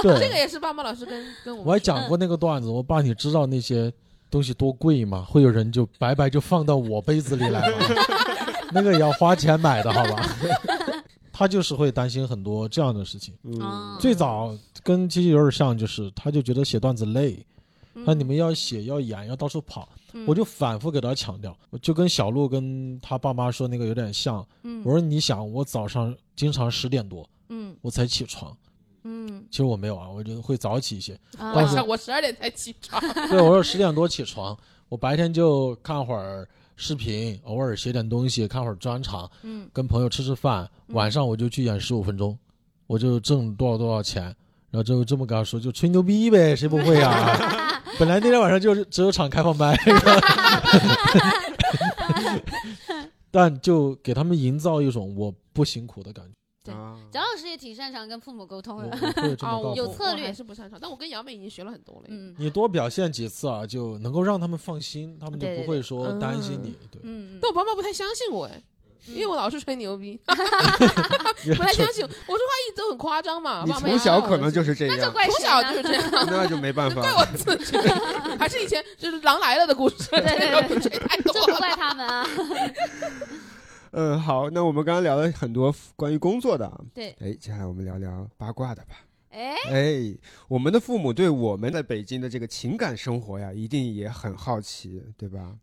Speaker 2: 对，
Speaker 4: 这个也是爸妈老师跟跟我
Speaker 2: 我
Speaker 4: 们
Speaker 2: 还
Speaker 1: 嗯
Speaker 2: 讲过那个段子，我爸，你知道那些东西多贵吗？会有人就白白就放到我杯子里来吗？ 那个也要花钱买的，好吧？ 他就是会担心很多这样的事情。
Speaker 1: 嗯，
Speaker 2: 最早跟七七有点像，就是他就觉得写段子累，
Speaker 1: 嗯
Speaker 2: 那你们要写要演要到处跑，我就反复给他强调，我就跟小鹿跟他爸妈说那个有点像。
Speaker 1: 嗯
Speaker 2: 我说你想，我早上经常十点多
Speaker 1: 嗯
Speaker 2: 我才起床，
Speaker 1: 嗯
Speaker 2: 其实我没有啊，我就会早起一些。
Speaker 1: 啊
Speaker 2: 但
Speaker 4: 晚
Speaker 2: 是
Speaker 4: 上我十二点才起床，啊
Speaker 2: 对，我说十点多起床，我白天就看会儿视频，偶尔写点东西，看会儿专场，
Speaker 1: 嗯
Speaker 2: 跟朋友吃吃饭，晚
Speaker 4: 嗯
Speaker 2: 上我就去演十五分钟，我就挣多少多少钱，然后就这么跟他说，就吹牛逼呗，谁不会呀、 本来那天晚上就是只有场开放麦，但就给他们营造一种我不辛苦的感觉，
Speaker 1: 对
Speaker 3: 啊
Speaker 1: 贾老师也挺擅长跟父母沟通
Speaker 2: 我我
Speaker 1: 的。
Speaker 2: 会这
Speaker 4: 啊，
Speaker 2: 么
Speaker 4: 我
Speaker 2: 告
Speaker 1: 有
Speaker 2: 诉
Speaker 4: 我
Speaker 2: 我。
Speaker 1: 策略
Speaker 4: 我还是不擅长，但我跟杨梅已经学了很多了。
Speaker 1: 嗯
Speaker 2: 你多表现几次啊，就能够让他们放心，他们就
Speaker 1: 对对
Speaker 2: 不会
Speaker 1: 对
Speaker 2: 说担心你。对，
Speaker 1: 嗯
Speaker 4: 但我爸妈不太相信我哎，因为我老是吹牛逼，啊
Speaker 2: 也
Speaker 4: 不太
Speaker 2: 是
Speaker 4: 相信我。我说话一直都很夸张
Speaker 1: 啊
Speaker 4: 嘛，
Speaker 3: 你
Speaker 4: 爸妈也
Speaker 3: 从小
Speaker 4: 骂我
Speaker 3: 可
Speaker 4: 的
Speaker 3: 能就是这
Speaker 1: 那这
Speaker 3: 样，
Speaker 1: 怪
Speaker 4: 从
Speaker 1: 谁
Speaker 4: 小就
Speaker 1: 呢？
Speaker 4: 是这 样，
Speaker 3: 那就没办法，
Speaker 4: 怪我自己，还是以前就是《狼来了》的故事，对
Speaker 1: 对对 对
Speaker 4: 太
Speaker 1: 这
Speaker 4: 多
Speaker 1: 不
Speaker 4: 了。
Speaker 1: 怪他们啊。
Speaker 3: 嗯，好，那我们刚刚聊了很多关于工作的啊，
Speaker 1: 对，
Speaker 3: 哎，接下来我们聊聊八卦的吧。
Speaker 1: 哎，
Speaker 3: 哎，我们的父母对我们在北京的这个情感生活呀，一定也很好奇，对吧？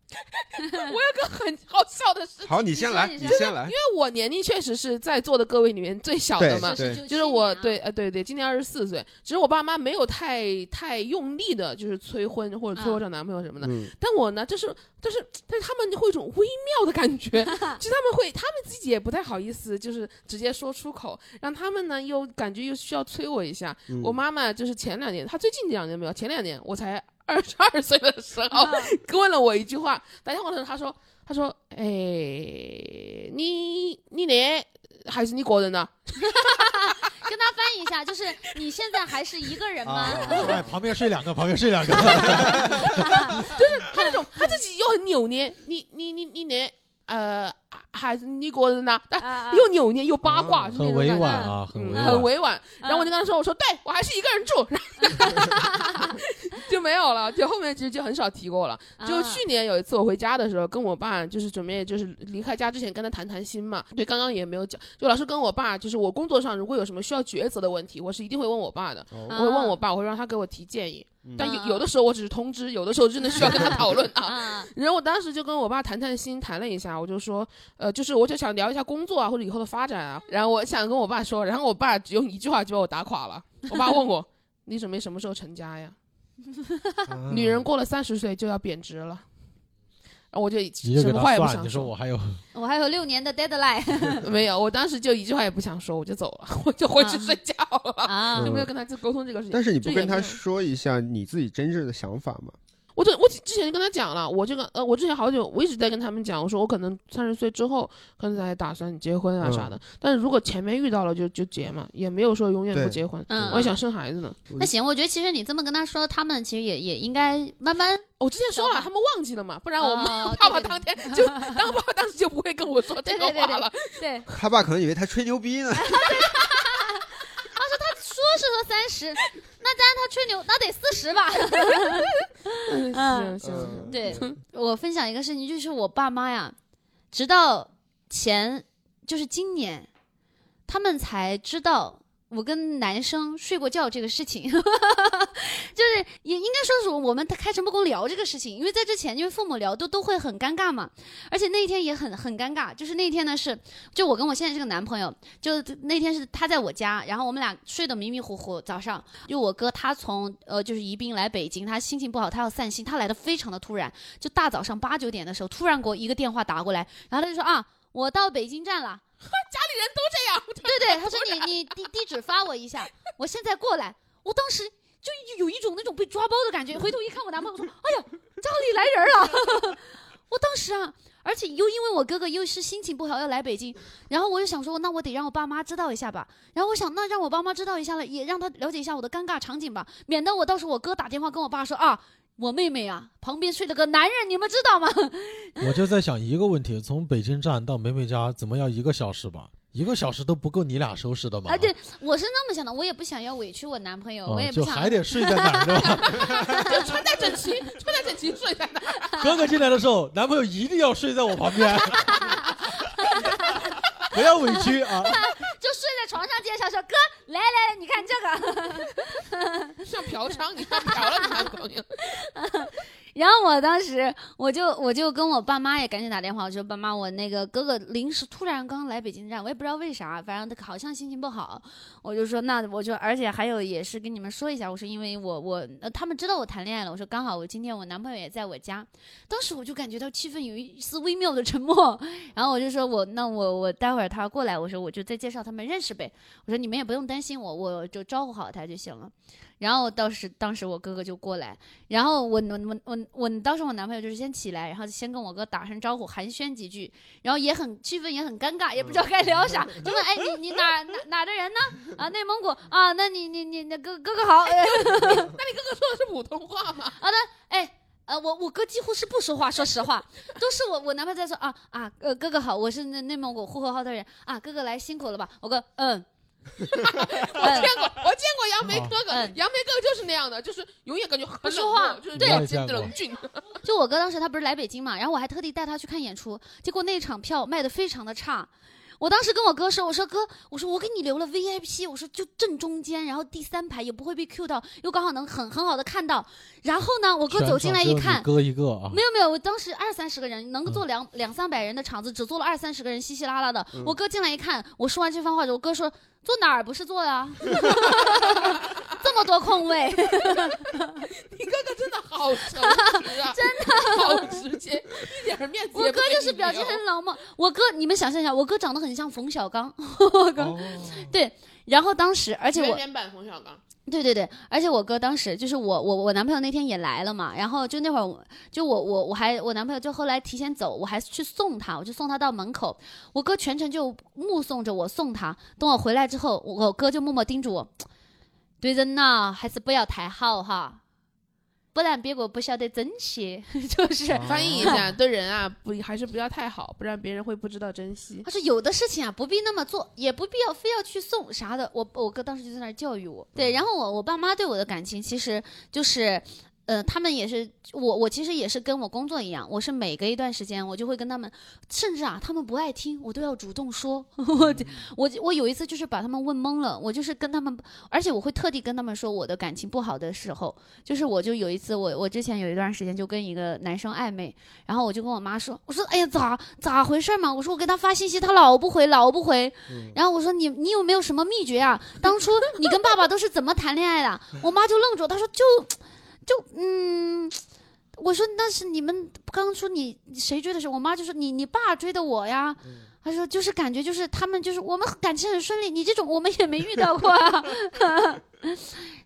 Speaker 4: 很好笑的是，因
Speaker 3: 好，你先来，
Speaker 1: 你
Speaker 3: 你
Speaker 1: 先
Speaker 3: 先来。
Speaker 4: 为我年龄确实是在座的各位里面最小的嘛
Speaker 3: 对。
Speaker 1: 是
Speaker 4: 就是我对，，呃，对对，今年二十四岁。其实我爸妈没有太太用力的，就是催婚或者催我找男朋友什么的。
Speaker 3: 嗯，
Speaker 4: 但我呢，就是，但是，但是他们会有一种微妙的感觉，就是他们会，他们自己也不太好意思，就是直接说出口，让他们呢又感觉又需要催我一下。
Speaker 3: 嗯
Speaker 4: 我妈妈就是前两年，她最近两年没有，前两年我才二十二岁的时候，
Speaker 1: 啊
Speaker 4: 问了我一句话，打电话的时候她说，她说，哎，啊你你呢？还是你个人呢？
Speaker 1: 跟他翻译一下，就是你现在还是一个人吗？
Speaker 2: 哎，旁边睡两个，旁边睡两 个。
Speaker 4: 啊
Speaker 1: 啊
Speaker 4: 他那种他自己又很扭捏，你你你你你，呃，还是你个人呐，但
Speaker 1: 啊
Speaker 4: 又扭捏又八卦，
Speaker 1: 啊
Speaker 4: 就是那
Speaker 2: 很
Speaker 4: 种
Speaker 2: 委
Speaker 4: 感觉
Speaker 2: 婉啊，很委
Speaker 4: 嗯
Speaker 2: 婉。
Speaker 4: 很委婉。然后我就跟他说：“我说对我还是一个人住， 就没有了。就后面其实就很少提过了。就去年有一次我回家的时候，跟我爸就是准备就是离开家之前跟他谈谈心嘛。对，刚刚也没有讲，就老是跟我爸，就是我工作上如果有什么需要抉择的问题，我是一定会问我爸的。我
Speaker 1: 啊
Speaker 4: 会问我爸，我会让他给我提建议。
Speaker 3: 嗯
Speaker 4: 但有
Speaker 1: 嗯
Speaker 4: 有的时候我只是通知，有的时候真的需要跟他讨论 啊。
Speaker 1: 啊
Speaker 4: 然后我当时就跟我爸谈谈心，谈了一下，我就说，呃，就是我就想聊一下工作啊，或者以后的发展啊。然后我想跟我爸说，然后我爸只用一句话就把我打垮了。我爸问我，你准备什么时候成家呀？
Speaker 2: 嗯
Speaker 3: 啊
Speaker 4: 女人过了三十岁就要贬值了。然后我就
Speaker 2: 你就
Speaker 4: 什
Speaker 2: 给
Speaker 4: 么
Speaker 2: 他
Speaker 4: 话也不
Speaker 2: 算，
Speaker 4: 想
Speaker 2: 你说我还有
Speaker 1: 我还有六年的 deadline
Speaker 4: 没有，我当时就一句话也不想说，我就走了， 我就回去
Speaker 1: 啊
Speaker 4: 睡觉了，
Speaker 1: 啊
Speaker 4: 就没有跟他去沟通这个事情。
Speaker 3: 但是你不
Speaker 4: 这也
Speaker 3: 跟他
Speaker 4: 没有
Speaker 3: 说一下你自己真正的想法吗？
Speaker 4: 我就我之前就跟他讲了，我这个呃，我之前好久我一直在跟他们讲，我说我可能三十岁之后可能才打算结婚啊
Speaker 3: 嗯
Speaker 4: 啥的，但是如果前面遇到了就就结嘛，也没有说永远
Speaker 3: 对
Speaker 4: 不结婚。
Speaker 1: 嗯
Speaker 4: 我还想生孩子呢，
Speaker 1: 那行，我觉得其实你这么跟他说，他们其实也也应该慢 慢
Speaker 4: 我之前说
Speaker 1: 想
Speaker 4: 了，
Speaker 1: 法
Speaker 4: 他们 忘记了嘛，不然我妈、
Speaker 1: 啊哦
Speaker 4: 爸爸
Speaker 1: 对对
Speaker 4: 当天就当爸爸当时就不会跟我说这个
Speaker 1: 对对对
Speaker 4: 话了。
Speaker 1: 对，他
Speaker 3: 他爸可能以为他吹牛逼
Speaker 1: 哎
Speaker 3: 呢。
Speaker 1: 说是说三十，那咱他吹牛，那得四 十吧。
Speaker 4: 嗯
Speaker 1: 嗯
Speaker 4: 行 行
Speaker 3: 嗯
Speaker 4: 行，
Speaker 1: 对我分享一个事情，就是我爸妈呀，直到前就是今年，他们才知道我跟男生睡过觉这个事情， 就是也应该说是我们开诚布公聊这个事情，因为在之前因为父母聊都都会很尴尬嘛，而且那一天也很很尴尬，就是那天呢是就我跟我现在这个男朋友，就那天是他在我家，然后我们俩睡得迷迷糊糊，早上就我哥他从呃就是宜宾来北京，他心情不好，他要散心，他来的非常的突然，就大早上八九点的时候，突然给我一个电话打过来，然后他就说啊，我到北京站 了。家里人都这样，对对，他 说你你地地址发我一下，我现在过来。我当时就有一种那种被抓包的感觉，回头一看我男朋友，我说哎呀，家里来人了。 我当时啊，而且又因为我哥哥又是心情不好要来北京，然后我就想说，那我得让我爸妈知道一下吧。然后我想，那让我爸妈知道一下了，也让他了解一下我的尴尬场景吧，免得我到时候我哥打电话跟我爸说啊，我妹妹啊旁边睡了个男人，你们知道 吗？
Speaker 2: 我就在想一个问题：从北京站到梅梅家，怎么要一个小时吧？一个小时都不够你俩收拾的吗？
Speaker 1: 啊，对，我是那么想的，我也不想要委屈我男朋友，
Speaker 2: 哦
Speaker 1: 我也不
Speaker 2: 就
Speaker 1: 想
Speaker 2: 还得睡在哪儿是吧？
Speaker 4: 就穿戴整齐，穿戴整齐睡在那。
Speaker 2: 哥哥进来的时候，男朋友一定要睡在我旁边， 不要委屈啊！
Speaker 1: 就睡在床上介绍说哥，来来来，你看这个。
Speaker 2: 嗯
Speaker 4: 像嫖娼，你像嫖了你男朋友，
Speaker 1: 然后我当时我就我就跟我爸妈也赶紧打电话，我说爸妈，我那个哥哥临时突然刚来北京站，我也不知道为啥，反正他好像心情不好，我就说那我就而且还有也是跟你们说一下，我说因为我我、呃、他们知道我谈恋爱了，我说刚好我今天我男朋友也在我家，当时我就感觉到气氛有一丝微妙的沉默， 然后我就说我那我我待会儿他过来，我说我就再介绍他们认识呗，我说你们也不用担心我，我就招呼好他就行了。然后当时当时我哥哥就过来。然后我我我我我当时我男朋友就是先起来，然后先跟我哥打声招呼，寒暄几句，然后也很气氛也很尴尬，也不知道该聊啥， 就问哎你你哪哪哪的人呢？啊内蒙古啊，那你你你那哥哥哥好， 哎
Speaker 4: 说的是普通话嘛。
Speaker 1: 哎。呃，我我哥几乎是不说话，说实话，都是我我男朋友在说啊啊，呃哥哥好，我是内内蒙古呼和浩特人啊，哥哥来辛苦了吧？我哥嗯，
Speaker 4: 我见过，我见过杨梅
Speaker 2: 哦
Speaker 4: 哥哥，
Speaker 1: 嗯
Speaker 4: 杨梅哥哥就是那样的，就是永远感觉很冷
Speaker 1: 不
Speaker 4: 漠
Speaker 1: 说话
Speaker 4: 就是
Speaker 2: 对
Speaker 4: 冷静冷峻。
Speaker 1: 就我哥当时他不是来北京嘛，然后我还特地带他去看演出，结果那场票卖的非常的差。我当时跟我哥说，我说哥， 我说我给你留了 VIP，我说就正中间，然后第三排也不会被 Q 到，又刚好能很很好的看到。然后呢，我哥走进来一
Speaker 2: 全场只有
Speaker 1: 看，
Speaker 2: 你哥一嗯个啊，
Speaker 1: 没有没有，我当时二三十个人，能坐两、两三百人的场子，只坐了二三十个人，稀稀拉拉的。
Speaker 2: 嗯
Speaker 1: 我哥进来一看，我说完这番话，我哥说坐哪儿不是坐呀、 这么多空位，
Speaker 4: 你哥哥真的好诚 实啊，真的好直接，一点儿面子
Speaker 1: 我
Speaker 4: 也不
Speaker 1: 哥
Speaker 4: 给
Speaker 1: 就是
Speaker 4: 你
Speaker 1: 表情
Speaker 4: 留
Speaker 1: 很冷漠。我哥，你们想象一下，我哥长得很像冯小刚，
Speaker 3: 哦
Speaker 1: 对，然后当时，而且我
Speaker 4: 脸版冯小刚，
Speaker 1: 对对对，而且我哥当时就是我我我男朋友那天也来了嘛，然后就那会儿我就我我我还我男朋友就后来提前走，我还去送他，我就送他到门口，我哥全程就目送着我送他。等我回来之后，我我哥就默默叮嘱我，对人呐还是不要太好哈，不然别个不晓得珍惜， 就是。
Speaker 3: 啊
Speaker 4: 翻译一下，对人啊不还是不要太好，不然别人会不知道珍惜。
Speaker 1: 他说有的事情啊不必那么做，也不必要非要去送啥的。我我哥当时就在那儿教育我，对，然后我我爸妈对我的感情其实就是。呃，他们也是我，我其实也是跟我工作一样，我是每隔一段时间我就会跟他们，甚至啊，他们不爱听，我都要主动说。 我我我有一次就是把他们问懵了，我就是跟他们，而且我会特地跟他们说我的感情不好的时候，就是我就有一次我我之前有一段时间就跟一个男生暧昧，然后我就跟我妈说，我说哎呀咋咋回事嘛？我说我给他发信息，他老不回，老不回。
Speaker 4: 嗯
Speaker 1: 然后我说你你有没有什么秘诀啊？当初你跟爸爸都是怎么谈恋爱 的？我妈就愣住，她说就就嗯。我说那是你们刚说你谁追的时候，我妈就说你你爸追的我呀，
Speaker 4: 嗯
Speaker 1: 她说就是感觉就是他们就是我们感情很顺利，你这种我们也没遇到 过 啊。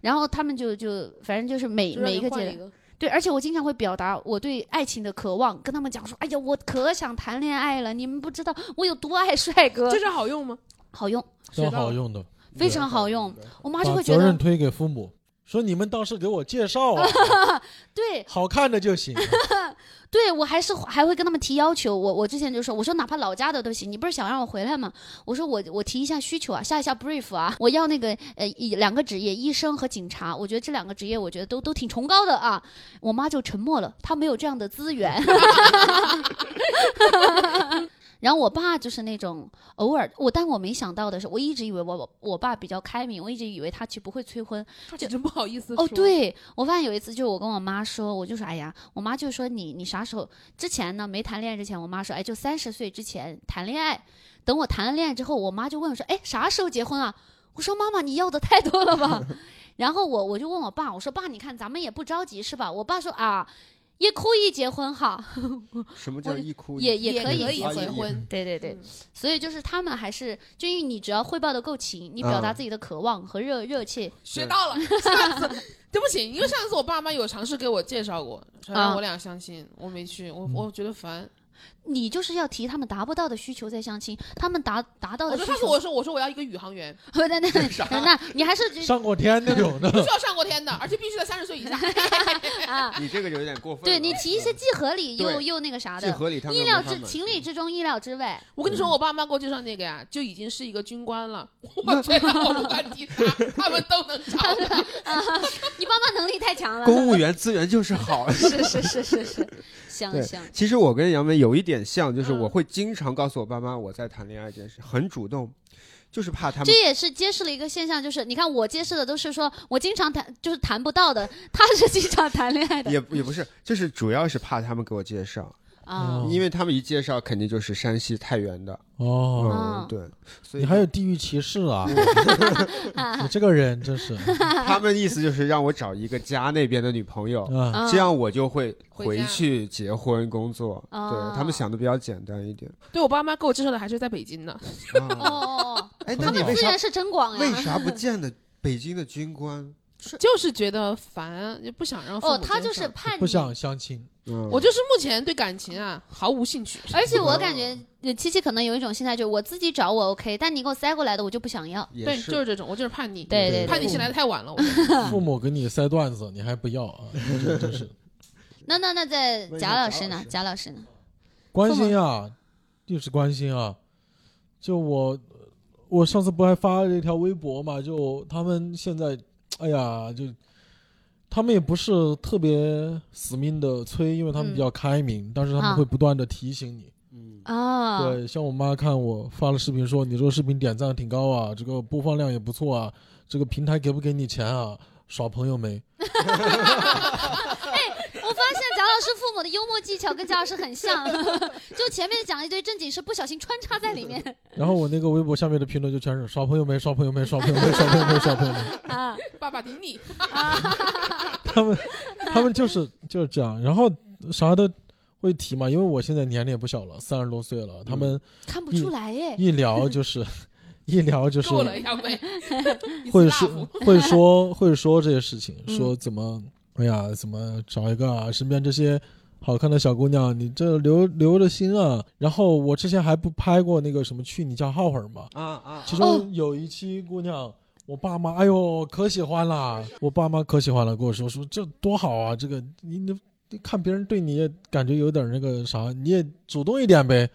Speaker 1: 然后他们就就反正就是每
Speaker 4: 就让
Speaker 1: 每一
Speaker 4: 你
Speaker 1: 个阶
Speaker 4: 换
Speaker 1: 段
Speaker 4: 一，个
Speaker 1: 对，而且我经常会表达我对爱情的渴望，跟他们讲说：“哎呀，我可想谈恋爱了，你们不知道我有多爱帅哥。
Speaker 4: 这”招好用吗？
Speaker 1: 好用，
Speaker 2: 真好用的，
Speaker 1: 非常好用。我妈就
Speaker 2: 把
Speaker 1: 会觉
Speaker 2: 责任
Speaker 1: 得，
Speaker 2: 推给父母，说你们当时给我介 绍啊，
Speaker 1: 对
Speaker 2: 好看的就行。
Speaker 1: 对，我还是还会跟他们提要求。我我之前就说，我说哪怕老家的都行，你不是想让我回来吗？我说我我提一下需求啊，下一下 brief 啊，我要那个呃一两个职业，医生和警察。我觉得这两个职业，我觉得都都挺崇高的啊。我妈就沉默了，她没有这样的资源。 然后我爸就是那种偶尔我，但我没想到的是，我一直以为我我我爸比较开明，我一直以为他其实不会催婚。
Speaker 4: 这真不好意思
Speaker 1: 哦，
Speaker 4: 说，
Speaker 1: 对，我发现有一次，就我跟我妈说，我就说，哎呀，我妈就说你你啥时候之前呢？没谈恋爱之前，我妈说，哎，就三十岁之前谈恋爱。等我谈了恋爱之后，我妈就问我说，哎，啥时候结婚啊？我说妈妈，你要的太多了吧？然后我我就问我爸，我说爸，你看咱们也不着急是吧？我爸说啊，也可以结婚哈，
Speaker 3: 什么叫一哭一
Speaker 1: 也
Speaker 4: 也
Speaker 1: 可以
Speaker 4: 以
Speaker 1: 结婚
Speaker 4: 结。婚。
Speaker 1: 对对对，
Speaker 4: 嗯
Speaker 1: 所以就是他们还是，就因为你只要汇报的够勤，你表达
Speaker 3: 嗯
Speaker 1: 自己的渴望和热热切，
Speaker 4: 学到了。上次对不起，因为上次我爸妈有尝试给我介绍过，
Speaker 1: 啊
Speaker 4: 说让我俩相亲，我没去，
Speaker 1: 嗯
Speaker 4: 我我觉得烦。
Speaker 1: 你就是要提他们达不到的需求再相亲，他们达达到
Speaker 4: 我
Speaker 1: 的
Speaker 4: 说
Speaker 1: 需
Speaker 4: 上次
Speaker 1: 求
Speaker 4: 我，说我说我要一个宇航员，
Speaker 1: 那那 那那你还是
Speaker 2: 上过天那种的，
Speaker 4: 必须要上过天的，而且必须在三十岁以下。
Speaker 1: 啊，
Speaker 3: 你这个有点过分了。
Speaker 1: 对你提一些既合理又
Speaker 3: 对
Speaker 1: 又那个啥
Speaker 3: 既
Speaker 1: 的，
Speaker 3: 合理，他们
Speaker 1: 意
Speaker 3: 没
Speaker 1: 料
Speaker 3: 法
Speaker 1: 之
Speaker 3: 买
Speaker 1: 情理之中，意料之外。
Speaker 4: 我跟你说，我爸妈给我介绍那个呀，就已经是一个军 官了。我觉得我不管提他，他们都能找我。
Speaker 1: 你爸妈能力太 强了，
Speaker 3: 公务员资源就是好。
Speaker 1: 是是是是是，香
Speaker 3: 对
Speaker 1: 香，
Speaker 3: 其实我跟杨梅有一点像，就是
Speaker 4: 嗯
Speaker 3: 我会经常告诉我爸妈我在谈恋爱这件事，很主动，就是怕他们
Speaker 1: 这也是揭示了一个现象，就是你看我揭示的都是说我经常谈就是谈不到的，他是经常谈恋爱的
Speaker 3: 也也不是，就是主要是怕他们给我介绍，
Speaker 1: 啊
Speaker 2: 哦
Speaker 3: 因为他们一介绍肯定就是山西太原的。
Speaker 2: 哦，
Speaker 1: 哦
Speaker 3: 嗯，对，所以
Speaker 2: 你还 有地域歧视 啊！你这个人真是
Speaker 3: 他们意思就是让我找一个家那边的女朋友，
Speaker 2: 啊，
Speaker 1: 啊
Speaker 3: 这样我就会
Speaker 4: 回
Speaker 3: 回
Speaker 4: 家
Speaker 3: 去结婚工作。对他
Speaker 1: 哦
Speaker 3: 们想的比较简单一点。嗯
Speaker 4: 对我爸妈给我介绍的还是在北京呢，
Speaker 1: 哦哦，哦
Speaker 3: 哎，那
Speaker 1: 他
Speaker 3: 你
Speaker 1: 们
Speaker 3: 为
Speaker 1: 资
Speaker 3: 啥
Speaker 1: 源是真广
Speaker 3: 为
Speaker 1: 呀。
Speaker 3: 啥不见的北京的军官？
Speaker 4: 就是觉得烦，也不想让父母
Speaker 1: 哦，他
Speaker 4: 介
Speaker 1: 就
Speaker 4: 绍
Speaker 1: 是叛逆，
Speaker 2: 不想相亲，
Speaker 3: 嗯，
Speaker 4: 我就是目前对感情啊毫无兴趣。
Speaker 1: 而且我感 觉呃七七可能有一种心态，就是我自己找我 OK，但你给我塞过来的我就不想要。
Speaker 3: 也
Speaker 4: 对，
Speaker 3: 是
Speaker 4: 就是这种，我就是叛逆，
Speaker 1: 对
Speaker 3: 对
Speaker 1: 对
Speaker 4: 叛逆
Speaker 1: 对，
Speaker 4: 期来的太晚了。我
Speaker 2: 父母给你塞段子，你还不要啊？这 真是
Speaker 1: 那那那在
Speaker 3: 问一下
Speaker 1: 贾老师
Speaker 3: 贾老
Speaker 1: 呢
Speaker 3: 师？
Speaker 1: 贾老师呢？
Speaker 2: 关心啊，就是关心啊。就我，我上次不还发了一条微博嘛？就他们现在，哎呀，就他们也不是特别死命的催，因为他们比较开明，但是他
Speaker 1: 嗯啊
Speaker 2: 们会不断的提醒你。
Speaker 3: 嗯，
Speaker 1: 啊，
Speaker 2: 对，像我妈看我发了视频说，你这个视频点赞挺高啊，这个播放量也不错啊，这个平台给不给你钱啊？耍朋友没？
Speaker 1: 我发现贾老师父母的幽默技巧跟贾老师很像， 就前面讲一堆正经事，不小心穿插在里
Speaker 3: 嗯
Speaker 1: 面
Speaker 2: 然后我那个微博下面的评论就全是耍朋友没，耍朋友没，耍朋友没，耍朋友没，耍朋友没。
Speaker 1: 啊
Speaker 4: 爸爸顶你，
Speaker 1: 啊
Speaker 2: 他们他们就是就是这样，然后啥的会提嘛，因为我现在年龄也不小了，三十多岁了，他们
Speaker 1: 嗯看不出来耶。
Speaker 2: 一聊就是一聊就是
Speaker 4: 够了，亚 美，
Speaker 2: 会
Speaker 4: It's
Speaker 2: 说
Speaker 4: enough
Speaker 2: 会说会说这些事情，
Speaker 1: 嗯
Speaker 2: 说怎么哎呀怎么找一个啊，身边这些好看的小姑娘，你这留留着心啊。然后我之前还不拍过那个什么去你家耗会儿嘛，
Speaker 3: 啊啊
Speaker 2: 其
Speaker 1: 哦
Speaker 2: 中有一期姑娘。我爸妈，哎呦，可喜欢啦！我爸妈可喜欢了，跟我说说这多好啊，这个你你你看别人对你也感觉有点那个啥，你也主动一点呗。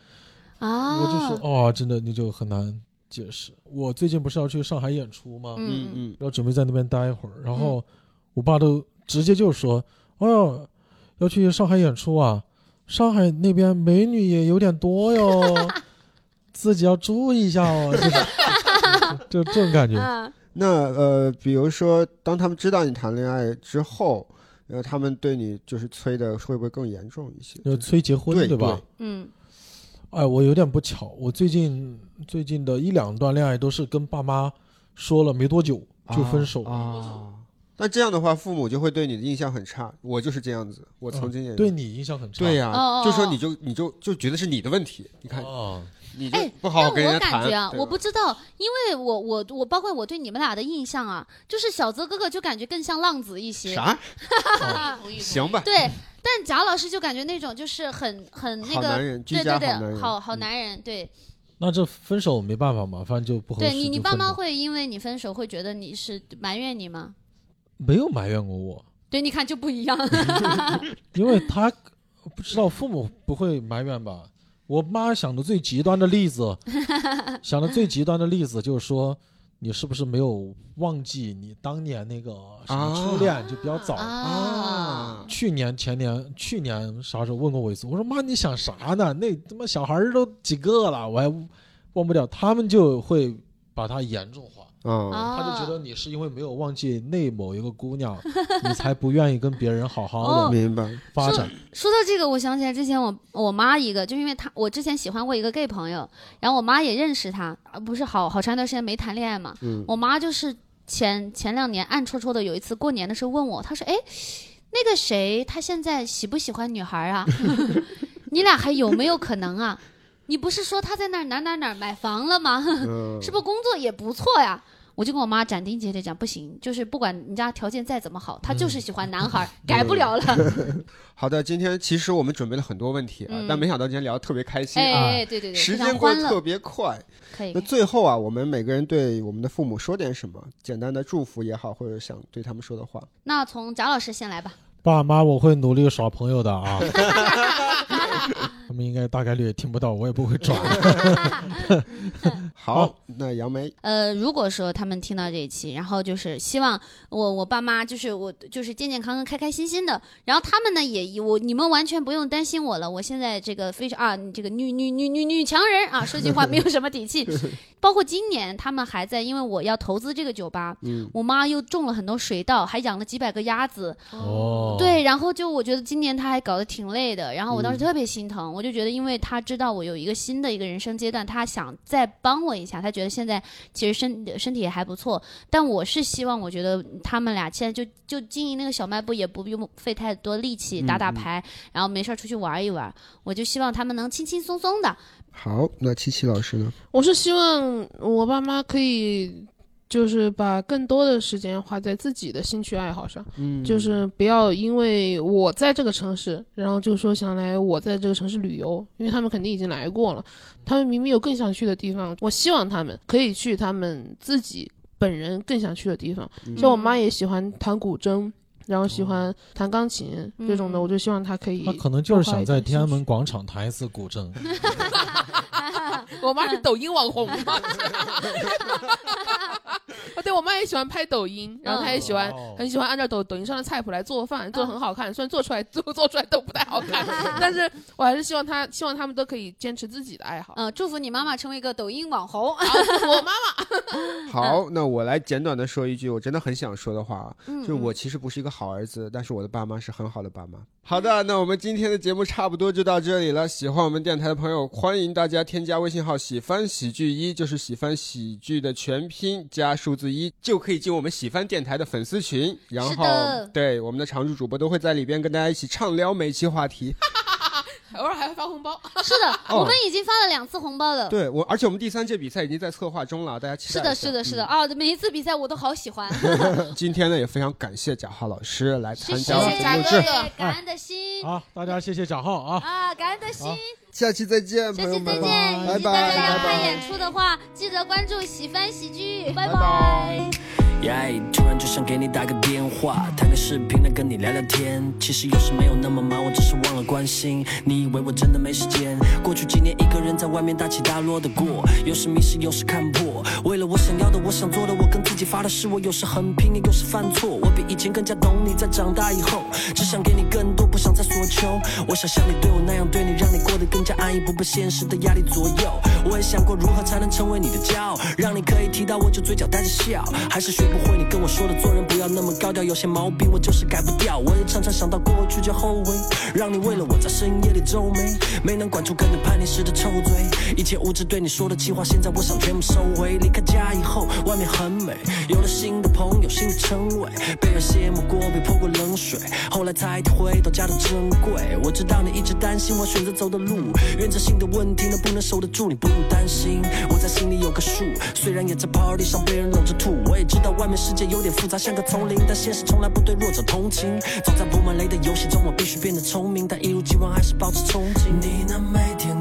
Speaker 3: 嗯
Speaker 1: 啊，
Speaker 2: 我就说哦，真的你就很难解释。我最近不是要去上海演出吗？
Speaker 1: 嗯嗯
Speaker 3: 嗯
Speaker 2: 然后准备在那边待一会儿，然后我爸都直接就说：“哎呦，要去上海演出啊，上海那边美女也有点 多哟，自己要注意一下哦。就”就这种感觉，
Speaker 1: 啊，
Speaker 3: 那呃，比如说，当他们知道你谈恋爱之后，呃，他们对你就是催的，会不会更严重一些？
Speaker 2: 就催结婚
Speaker 3: 对
Speaker 2: 吧？
Speaker 1: 嗯
Speaker 2: 哎，我有点不巧，我最近最近的一两段恋爱都是跟爸妈说了没多久就分手了。
Speaker 3: 啊。那这样的话，父母就会对你的印象很差。我就是这样子，我曾经也、
Speaker 2: 嗯哦对你印象很差。
Speaker 3: 对呀、
Speaker 1: 哦哦
Speaker 3: 就说你就你就就觉得是你的问题，你看、
Speaker 2: 啊，
Speaker 3: 你就
Speaker 1: 哎
Speaker 3: 不好好
Speaker 1: 但
Speaker 3: 跟人
Speaker 1: 我
Speaker 3: 家谈。
Speaker 1: 感觉啊，
Speaker 3: 对
Speaker 1: 我
Speaker 3: 吧
Speaker 1: 不知道，因为我我我包括我对你们俩的印象啊，就是小泽哥哥就感觉更像浪子一些，
Speaker 3: 啥
Speaker 1: 啊
Speaker 4: 同意
Speaker 3: 行 吧，
Speaker 1: 对，但贾老师就感觉那种就是很很那
Speaker 3: 好男
Speaker 1: 个，
Speaker 3: 人，居
Speaker 1: 对
Speaker 3: 家
Speaker 1: 对
Speaker 3: 好男人，
Speaker 1: 对，好好
Speaker 3: 嗯
Speaker 1: 男人，对
Speaker 2: 那这分手没办法嘛，反正就不合适。
Speaker 1: 对，你你
Speaker 2: 就
Speaker 1: 爸
Speaker 2: 分
Speaker 1: 妈
Speaker 2: 了
Speaker 1: 会因为你分手会觉得你是埋怨你吗？
Speaker 2: 没有埋怨过我，
Speaker 1: 对，你看就不一样，
Speaker 2: 因为他不知道父母不会埋怨吧？我妈想的最极端的 例子，想的最极端的例子就是说，你是不是没有忘记你当年那个什么初恋就比较早？
Speaker 1: 啊，
Speaker 2: 去年、前年、去年啥时候问过我一次？我说妈，你想啥呢？那他妈小孩儿都几个了，我还忘不了。他们就会把它严重化，
Speaker 3: 嗯
Speaker 1: 啊
Speaker 2: 哦他就觉得你是因为没有忘记那某一个姑娘，你才不愿意跟别人好好
Speaker 1: 哦
Speaker 2: 的
Speaker 3: 明白。
Speaker 2: 发展。
Speaker 1: 说到这个，我想起来之前我我妈一个，就因为她我之前喜欢过一个 gay 朋友，然后我妈也认识他，啊不是好好长一段时间没谈恋爱嘛，
Speaker 3: 嗯
Speaker 1: 我妈就是前前两年暗戳戳的有一次过年的时候问我，她说：“哎，那个谁，他现在喜不喜欢女孩啊？ 你俩还有没有可能啊？你不是说他在那儿哪儿哪儿哪儿买房了吗？
Speaker 3: 嗯，
Speaker 1: 是不是工作也不错呀？”我就跟我妈斩钉截铁讲，不行，就是不管你家条件再怎么好，他就是喜欢男孩，改不了了。
Speaker 3: 好的，今天其实我们准备了很多问题啊，
Speaker 1: 嗯
Speaker 3: 但没想到今天聊得特别开心啊，
Speaker 1: 哎，对对对，
Speaker 3: 时
Speaker 1: 非
Speaker 3: 间
Speaker 1: 常
Speaker 3: 过得
Speaker 1: 欢乐
Speaker 3: 特，别快。
Speaker 1: 可以
Speaker 3: 那。最后啊，我们每个人对我们的父母说点什么，简单的祝福也好，或者想对他们说的话。
Speaker 1: 那从贾老师先来吧。
Speaker 2: 爸妈，我会努力耍朋友的 啊。 他们应该大概率也听不到，我也不会转。
Speaker 3: 好，那杨梅，
Speaker 1: 呃，如果说他们听到这一期，然后就是希望我我爸妈就是我就是健健康康、开开心心的，然后他们呢也我你们完全不用担心我了，我现在这个非常啊，你这个女女女女女强人啊，说句话没有什么底 气。包括今年他们还在，因为我要投资这个酒吧，
Speaker 3: 嗯，
Speaker 1: 我妈又种了很多水稻，还养了几百个鸭子，
Speaker 2: 哦，
Speaker 1: 对，然后就我觉得今年他还搞得挺累的，然后我当时
Speaker 3: 嗯
Speaker 1: 特别心疼，我就觉得，因为他知道我有一个新的一个人生阶段，他想再帮我一下，他觉得现在其实身身体也还不错，但我是希望，我觉得他们俩现在就就经营那个小卖部，也不用费太多力气，打打
Speaker 3: 嗯嗯
Speaker 1: 牌，然后没事儿出去玩一玩，我就希望他们能轻轻松松的，
Speaker 3: 好，那七七老师呢？
Speaker 4: 我是希望我爸妈可以，就是把更多的时间花在自己的兴趣爱好上，
Speaker 3: 嗯
Speaker 4: 就是不要因为我在这个城市，然后就说想来我在这个城市旅游，因为他们肯定已经来过了，他们明明有更想去的地方，我希望他们可以去他们自己本人更想去的地方。
Speaker 1: 嗯
Speaker 3: 嗯
Speaker 4: 像我妈也喜欢弹古筝，然后喜欢弹钢琴这种的，
Speaker 1: 嗯
Speaker 4: 我就希望她可以
Speaker 2: 他。可能就是想在天安门广场弹一次古 筝。
Speaker 4: 我妈是抖音网 红嘛。哦，对我妈也喜欢拍抖音，然后她也喜欢、
Speaker 2: 哦
Speaker 4: 很喜欢按照抖抖音上的菜谱来做饭，做的很好看。虽然做出来 做做出来都不太好看，但是我还是希望她希望他们都可以坚持自己的爱好。
Speaker 1: 嗯、祝福你妈妈成为一个抖音网红，
Speaker 4: 然后我妈
Speaker 3: 好，那我来简短的说一句，我真的很想说的话啊，
Speaker 1: 嗯
Speaker 3: 就是我其实不是一个好儿子，但是我的爸妈是很好的爸妈。好的，那我们今天的节目差不多就到这里了。喜欢我们电台的朋友，欢迎大家添加微信号“喜翻喜剧一”，就是喜翻喜剧的全拼加数字一，就可以进我们喜翻电台的粉丝群。然
Speaker 1: 是
Speaker 3: 后
Speaker 1: 的，
Speaker 3: 对我们的常驻主播都会在里边跟大家一起畅聊每期话题。
Speaker 4: 偶尔还会发红包。
Speaker 1: 是的，我们已经发了两次红包了。
Speaker 3: 对我，而且我们第三届比赛已经在策划中了，大家期
Speaker 1: 是
Speaker 3: 待
Speaker 1: 的，
Speaker 3: 一下。
Speaker 1: 是的，是的啊！每一次比赛我都好喜欢。
Speaker 3: 嗯。今天呢，也非常感谢贾浩老师来参
Speaker 1: 谢
Speaker 3: 加我们
Speaker 4: 贾
Speaker 3: 的录
Speaker 4: 哥
Speaker 3: 制，啊
Speaker 4: 哥
Speaker 1: 感恩的心
Speaker 2: 好，大家谢谢贾浩啊。
Speaker 1: 啊，感恩的心
Speaker 2: 好。
Speaker 3: 下期再见，
Speaker 1: 下
Speaker 3: 朋友
Speaker 1: 期再
Speaker 3: 们，
Speaker 1: 见！
Speaker 3: 拜
Speaker 1: 以及大
Speaker 3: 拜，
Speaker 1: 家要
Speaker 3: 拜
Speaker 1: 看
Speaker 3: 拜。
Speaker 1: 演出的话，记得关注喜翻喜剧，拜
Speaker 3: 拜
Speaker 1: 拜
Speaker 3: 拜
Speaker 5: 耶突然就想给你打个电话，谈个视频来跟你聊聊天。其实有时没有那么忙，我只是忘了关心。你以为我真的没时间？过去几年一个人在外面大起大落的过，有时迷失，有时看破。为了我想要的，我想做的，我跟自己发的誓，我有时很拼，也有时犯错。我比以前更加懂你，在长大以后，只想给你更多，不想再索求。我想像你对我那样对你，让你过得更加安逸，不被现实的压力左右。我也想过如何才能成为你的骄傲，让你可以提到我就嘴角带着笑，还是学不会你跟我说的做人不要那么高调，有些毛病我就是改不掉。我也常常想到过去就后悔，让你为了我在深夜里皱眉，没能管住跟你叛逆时的臭嘴。一切无知对你说的气话，现在我想全部收回。离开家以后，外面很美，有了新的朋友，新的称谓，被人羡慕过，被泼过冷水，后来才体会到家的珍贵。我知道你一直担心我选择走的路，原则性的问题能不能守得住，你不用担心，我在心里有个数。虽然也在 party 上被人搂着吐，我也知道外面世界有点复杂，像个丛林，但现实从来不对弱者同情。走在布满雷的游戏中，我必须变得聪明，但一如既往还是保持憧憬。你那每天